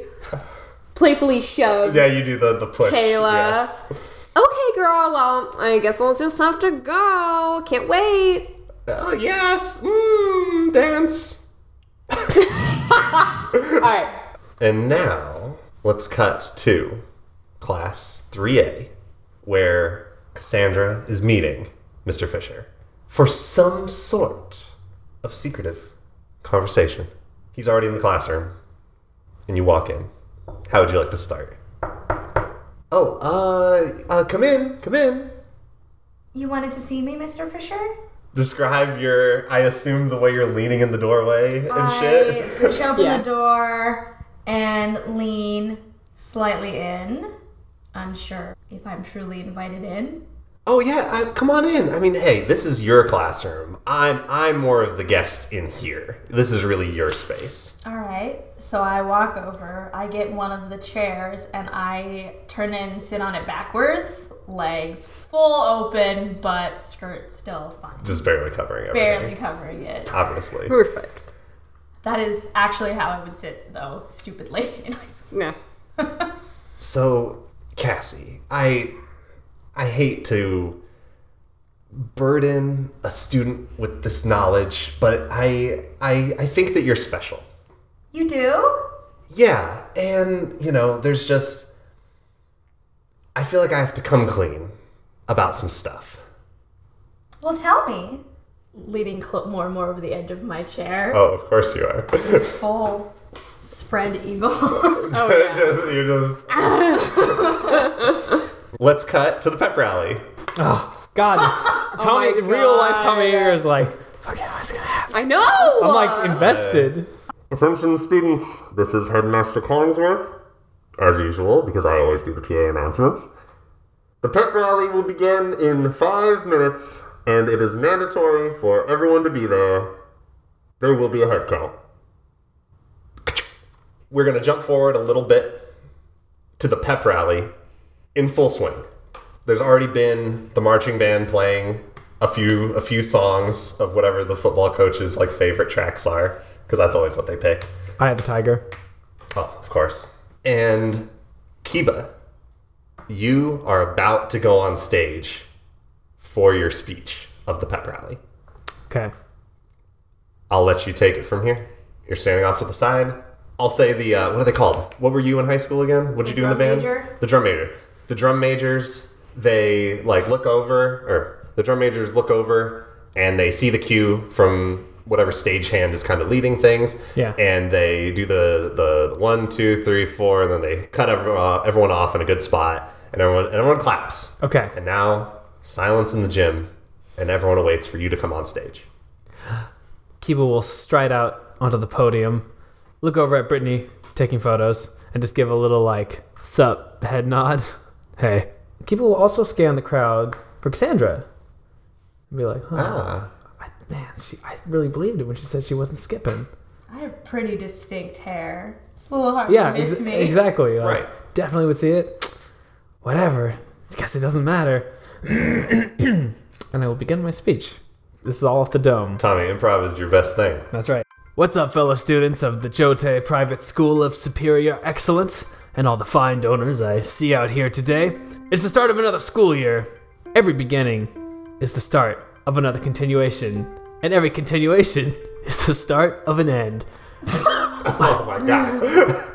Speaker 11: playfully shoves.
Speaker 2: Yeah, you do the, the push.
Speaker 11: Kayla.
Speaker 2: Yes.
Speaker 11: Okay, girl. Well, I guess I'll just have to go. Can't wait.
Speaker 2: Oh, yes. Mmm, dance.
Speaker 11: *laughs* All right.
Speaker 2: And now, let's cut to class 3A, where Cassandra is meeting Mr. Fisher for some sort of secretive conversation. He's already in the classroom, and you walk in. How would you like to start? Oh, uh, uh come in, come in.
Speaker 3: You wanted to see me, Mr. Fisher?
Speaker 2: Describe your, I assume, the way you're leaning in the doorway and
Speaker 3: I
Speaker 2: shit.
Speaker 3: push open
Speaker 5: Yeah.
Speaker 3: the door and lean slightly in. Unsure if I'm truly invited in.
Speaker 2: *laughs* Oh yeah, I, come on in. I mean, hey, this is your classroom. I'm I'm more of the guest in here. This is really your space.
Speaker 3: All right, so I walk over. I get one of the chairs and I turn in, sit on it backwards, legs full open, but skirt still fine,
Speaker 2: Just barely covering everything.
Speaker 3: barely covering it.
Speaker 2: Obviously.
Speaker 5: Perfect.
Speaker 3: That is actually how I would sit, though, stupidly *laughs* in high school.
Speaker 5: Nah.
Speaker 2: So, Cassie, I I hate to burden a student with this knowledge, but I I I think that you're special.
Speaker 3: You do?
Speaker 2: Yeah, and you know, there's just I feel like I have to come clean about some stuff.
Speaker 3: Well, tell me.
Speaker 6: leaning cl- more and more over the edge of my chair.
Speaker 2: Oh, of course you are.
Speaker 3: Full
Speaker 6: Spread eagle.
Speaker 2: Just- you're *laughs* just. Let's cut to the pep rally.
Speaker 4: Oh *laughs* God, Tommy,
Speaker 5: my
Speaker 4: real life Tommy
Speaker 5: God.
Speaker 4: Ear is like,
Speaker 5: I know.
Speaker 4: I'm like invested.
Speaker 12: Attention students, this is Headmaster Collingsworth. As usual, because I always do the PA announcements. The pep rally will begin in five minutes, and it is mandatory for everyone to be there. There will be a head count.
Speaker 2: We're gonna jump forward a little bit to the pep rally in full swing. There's already been the marching band playing a few a few songs of whatever the football coach's like favorite tracks are, because that's always what they pick.
Speaker 4: I have a tiger.
Speaker 2: Oh, of course. And Kiba, you are about to go on stage for your speech of the pep rally.
Speaker 4: Okay.
Speaker 2: I'll let you take it from here. You're standing off to the side. I'll say the uh, what are they called? What were you in high school again? What'd you do in the
Speaker 6: drum
Speaker 2: band?
Speaker 6: major.
Speaker 2: The drum major. The drum majors. They like look over, or the drum majors look over, and they see the cue from whatever stagehand is kind of leading things.
Speaker 4: Yeah.
Speaker 2: And they do the the one, two, three, four, and then they cut every, uh, everyone off in a good spot, and everyone and everyone claps.
Speaker 4: Okay.
Speaker 2: And now silence in the gym, and everyone awaits for you to come on stage.
Speaker 4: Kiba will stride out onto the podium, look over at Brittany taking photos, and just give a little like sup head nod. *laughs* Hey. Kiba will also scan the crowd for Cassandra. And be like, huh,
Speaker 2: Ah.
Speaker 4: I, man, she, I really believed it when she said she wasn't skipping.
Speaker 3: I have pretty distinct hair. It's a little hard
Speaker 4: Yeah,
Speaker 3: to miss
Speaker 4: ex-
Speaker 3: me.
Speaker 4: exactly. Like,
Speaker 2: Right.
Speaker 4: Definitely would see it. Whatever. I guess it doesn't matter. *clears throat* and I will begin my speech. This is all off the dome.
Speaker 2: Tommy, improv is your best thing.
Speaker 4: That's right. What's up, fellow students of the Jote Private School of Superior Excellence and all the fine donors I see out here today? It's the start of another school year. Every beginning is the start of another continuation, and every continuation *laughs* is the start of an end.
Speaker 2: Oh my *laughs* god.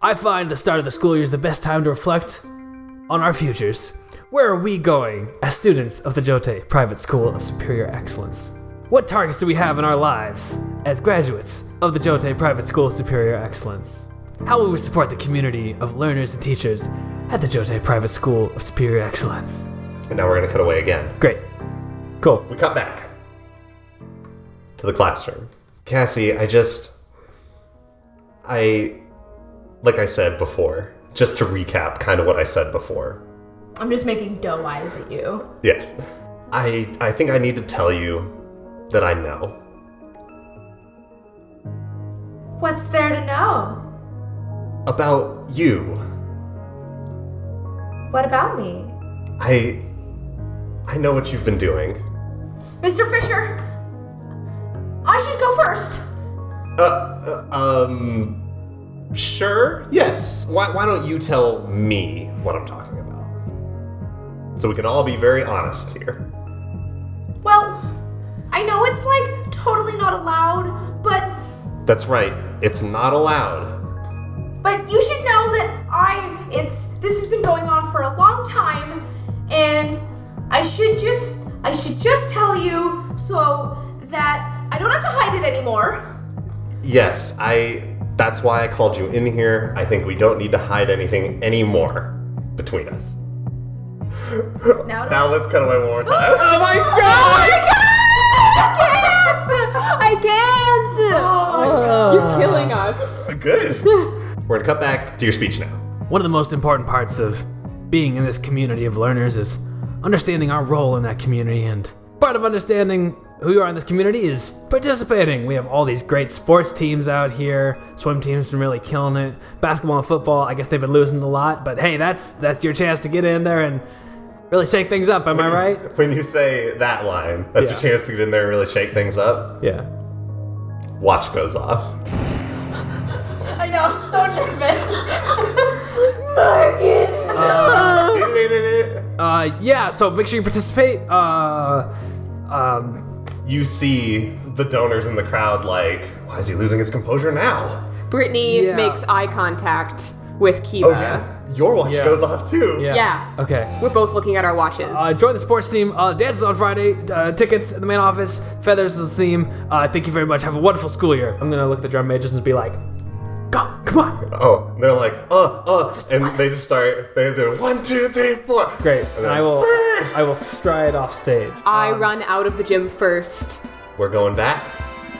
Speaker 4: I find the start of the school year is the best time to reflect on our futures. Where are we going as students of the Jote Private School of Superior Excellence? What targets do we have in our lives as graduates of the Jote Private School of Superior Excellence? How will we support the community of learners and teachers at the Jote Private School of Superior Excellence?
Speaker 2: and now we're gonna cut away again.
Speaker 4: Great. Cool.
Speaker 2: We cut back. to the classroom. Cassie, I just. I. Like I said before, just to recap kind of what I said before.
Speaker 3: *laughs* I'm just making doe eyes at you.
Speaker 2: Yes. I, I think I need to tell you that I know.
Speaker 3: What's there to know?
Speaker 2: About you.
Speaker 3: What about me?
Speaker 2: I. I know what you've been doing.
Speaker 3: Mr. Fisher, I should go first.
Speaker 2: Uh, uh, um, sure. Yes. Why, why don't you tell me what I'm talking about? So we can all be very honest here.
Speaker 3: Well, I know it's like totally not allowed, but
Speaker 2: That's right. It's not allowed.
Speaker 3: but you should know that I it's this has been going on for a long time and I should just I should just tell you so that I don't have to hide it anymore. *laughs*
Speaker 2: Yes, I. That's why I called you in here. I think we don't need to hide anything anymore between us.
Speaker 3: Now,
Speaker 2: *laughs* Now let's cut away one more time.
Speaker 3: Oh my god!
Speaker 5: I can't! You're killing us.
Speaker 2: Good. We're gonna cut back to your speech now.
Speaker 4: One of the most important parts of being in this community of learners is understanding our role in that community. And part of understanding who you are in this community is participating. We have all these great sports teams out here. Swim team's been really killing it. Basketball and football, I guess they've been losing a lot, but hey, that's that's your chance to get in there and really shake things up. Am I right?
Speaker 2: When you say that line, that's
Speaker 4: Yeah.
Speaker 2: your chance to get in there and really shake things up.
Speaker 4: Yeah.
Speaker 2: Watch goes off.
Speaker 3: I know, I'm so *laughs* nervous.
Speaker 4: Uh, yeah. So make sure you participate. Uh, um,
Speaker 2: you see the donors in the crowd like, why is he losing his composure now?
Speaker 5: Brittany
Speaker 4: Yeah.
Speaker 5: makes eye contact with Kiva.
Speaker 2: Oh yeah, your watch
Speaker 4: Yeah.
Speaker 2: goes off too.
Speaker 4: yeah.
Speaker 5: Yeah.
Speaker 4: Okay.
Speaker 5: We're both looking at our watches.
Speaker 4: Uh, join the sports team. Uh, dances on Friday. Uh, tickets at the main office. Feathers is the theme. Uh, thank you very much. Have a wonderful school year. I'm gonna look at the drum majors and be like, "Go, come on!"
Speaker 2: Oh, and they're like, uh, uh, and they just start. They do one, two, three, four.
Speaker 4: Great. And I will, I will stride off stage.
Speaker 5: I
Speaker 11: um,
Speaker 5: run out of the gym first.
Speaker 2: We're going back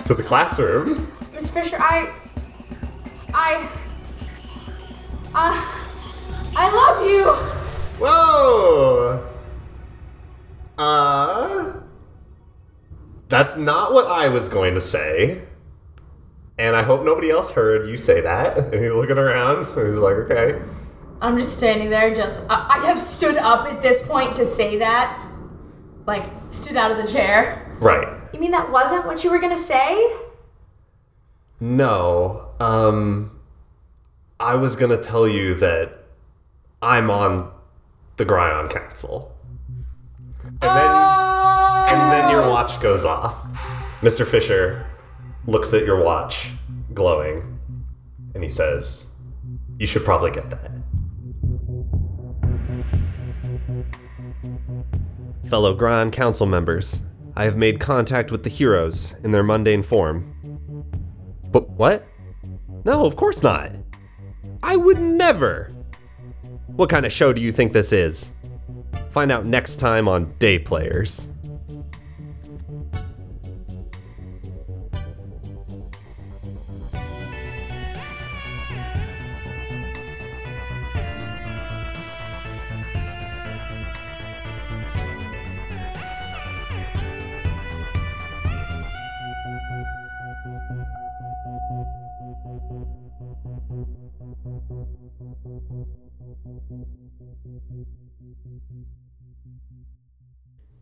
Speaker 2: to the classroom.
Speaker 3: Miss Fisher, I. I. Uh, I love you!
Speaker 2: Whoa. Uh. That's not what I was going to say. And I hope nobody else heard you say that. And he's looking around. And he's like, okay.
Speaker 3: I'm just standing there, just. I, I have stood up at this point to say that. Like, stood out of the chair.
Speaker 2: Right.
Speaker 3: You mean that wasn't what you were gonna say?
Speaker 2: No. Um I was going to tell you that I'm on the Gryon Council. And then and then your watch goes off. Mr. Fisher looks at your watch glowing and he says, "You should probably get that." Fellow Gryon Council members, I have made contact with the heroes in their mundane form but what? No, of course not. I would never. What kind of show do you think this is? Find out next time on Day Players.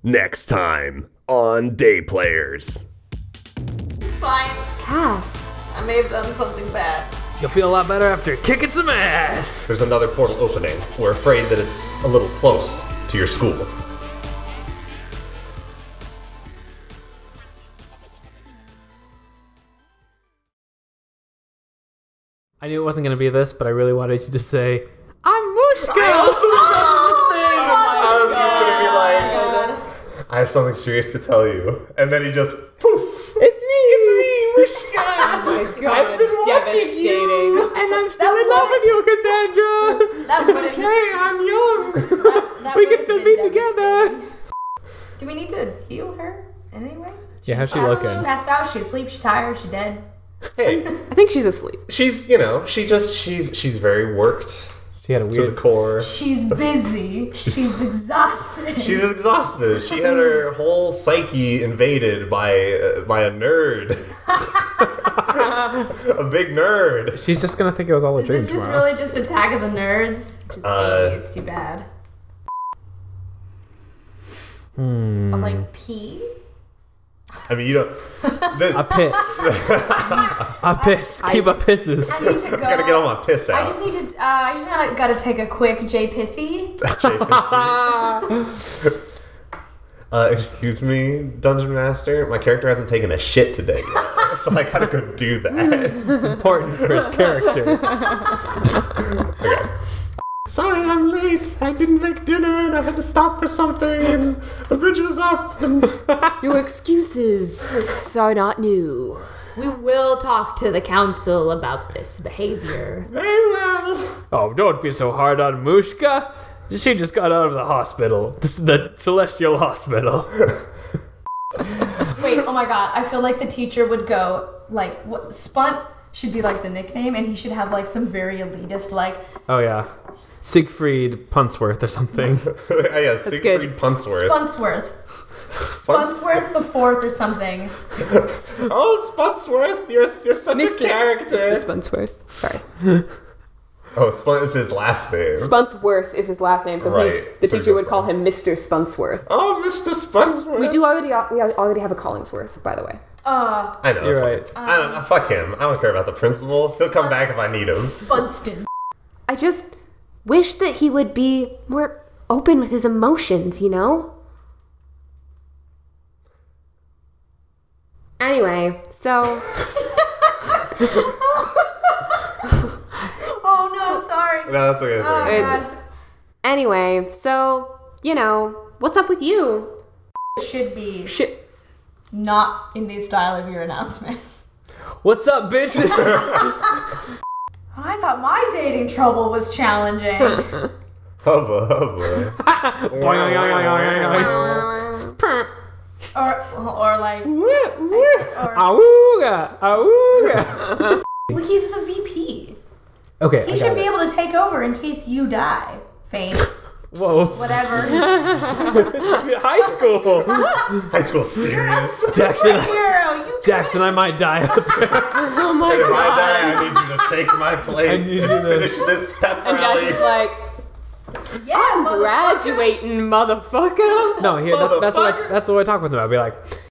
Speaker 13: Next time on Day Players.
Speaker 3: It's fine.
Speaker 14: Cass.
Speaker 3: I may have done something bad.
Speaker 4: You'll feel a lot better after kicking some ass.
Speaker 2: There's another portal opening. We're afraid that it's a little close to your school.
Speaker 4: I knew it wasn't gonna be this, but I really wanted you to say, "I'm
Speaker 2: I
Speaker 4: Mushka."
Speaker 2: also was gonna be like, I have something serious to tell you. And then he just poof. It's me. It's me.
Speaker 5: my god. I've been
Speaker 2: watching
Speaker 5: Devastating.
Speaker 4: And I'm still in love with you, Cassandra.
Speaker 3: That
Speaker 4: it's
Speaker 3: would've-
Speaker 4: *laughs* okay. I'm young.
Speaker 3: That- that
Speaker 4: *laughs* we can
Speaker 3: would've
Speaker 4: still
Speaker 3: been
Speaker 4: be together.
Speaker 3: devastating. Do we need to heal her? Anyway,
Speaker 4: Yeah, how's she looking?
Speaker 3: passed out. She asleep. She tired. She dead.
Speaker 2: Hey,
Speaker 11: I think she's asleep.
Speaker 2: she's you know she just she's she's very worked
Speaker 4: She had a
Speaker 2: to the
Speaker 4: weird.
Speaker 2: core.
Speaker 3: She's busy. She's exhausted.
Speaker 2: She's exhausted. She had her whole psyche invaded by uh, by a nerd, *laughs* a big nerd.
Speaker 4: She's just gonna think it was all a dream
Speaker 3: Is this just
Speaker 4: tomorrow.
Speaker 3: really just Attack of the Nerds? Just
Speaker 2: Uh,
Speaker 3: A, it's too bad.
Speaker 4: Hmm.
Speaker 3: But like P?
Speaker 2: I mean, you don't.
Speaker 4: A
Speaker 2: The,
Speaker 4: *laughs* piss.
Speaker 2: I
Speaker 4: A piss. Keep a pisses.
Speaker 3: I need
Speaker 2: *laughs*
Speaker 3: to go.
Speaker 2: gotta get all my piss
Speaker 3: I
Speaker 2: out.
Speaker 3: just need to. Uh, I just gotta, gotta take a quick J pissy. *laughs*
Speaker 2: uh, excuse me, Dungeon Master. My character hasn't taken a shit today,
Speaker 3: *laughs*
Speaker 2: yet, so I gotta go do that.
Speaker 4: *laughs* important for his character.
Speaker 2: Okay. Sorry, I'm late. I didn't make dinner, and I had to stop for something, and the bridge was
Speaker 3: *laughs*
Speaker 2: up. *laughs*
Speaker 5: Your excuses are not new.
Speaker 6: We will talk to the council about this behavior.
Speaker 2: Very well.
Speaker 4: Oh, don't be so hard on Mushka. She just got out of the hospital. This is the celestial hospital.
Speaker 3: Wait, oh my god. I feel like the teacher would go, like, what, Spunt should be like the nickname, and he should have like some very elitist, like,
Speaker 4: Oh yeah. Siegfried Puntsworth or something.
Speaker 2: oh, yeah, Siegfried
Speaker 5: good.
Speaker 2: Puntsworth.
Speaker 3: Spunsworth.
Speaker 2: Spun-
Speaker 3: Spunsworth the fourth or something.
Speaker 2: *laughs* oh, Spunsworth, you're, you're such a character.
Speaker 5: Mr. Spunsworth. Sorry. *laughs*
Speaker 2: oh, Spun is his last name.
Speaker 5: Spunsworth is his last name, so he's-
Speaker 2: Right.
Speaker 5: the
Speaker 2: So
Speaker 5: teacher
Speaker 2: he's
Speaker 5: would call
Speaker 2: Spun.
Speaker 5: him Mr. Spunsworth.
Speaker 2: oh, Mr. Spunsworth.
Speaker 5: We do already we already have a Collingsworth, by the way.
Speaker 3: Uh,
Speaker 2: I know.
Speaker 4: You're
Speaker 2: that's fine. I don't know. Fuck him. I don't care about the principal. He'll come back if I need him.
Speaker 3: *laughs* Spunston.
Speaker 11: I just wish that he would be more open with his emotions, you know? Anyway, so
Speaker 3: Oh no, sorry.
Speaker 2: No, that's okay. That's okay.
Speaker 5: *laughs* It's-
Speaker 11: anyway, so you know, what's up with you?
Speaker 3: Should be
Speaker 5: Shit. *laughs*
Speaker 3: not in the style of your announcements.
Speaker 4: What's up, *laughs* bitches?
Speaker 3: I thought my dating trouble was challenging.
Speaker 2: Hubba, hubba. *laughs*
Speaker 3: or, or like,
Speaker 4: Auga! Auga!
Speaker 3: well, he's the VP.
Speaker 4: Okay.
Speaker 3: He
Speaker 4: I
Speaker 3: should
Speaker 4: got
Speaker 3: be
Speaker 4: it.
Speaker 3: able to take over in case you die. Fame,
Speaker 4: Whoa.
Speaker 3: *laughs* whatever.
Speaker 4: *laughs* High
Speaker 3: *laughs*
Speaker 4: school!
Speaker 2: High school serious.
Speaker 4: Jackson.
Speaker 3: Hero, you
Speaker 4: Jackson, I might die out there. *laughs*
Speaker 5: Oh my
Speaker 2: If I
Speaker 5: god.
Speaker 2: die, I need you to take my place.
Speaker 4: I need you
Speaker 2: and
Speaker 4: to-
Speaker 2: finish this step
Speaker 5: And
Speaker 2: rally.
Speaker 5: Jackson's like,
Speaker 3: could- yeah, mother-
Speaker 5: graduating, motherfucker.
Speaker 4: No, here, that's, that's, what I, that's what I talk with him about. I'd be like,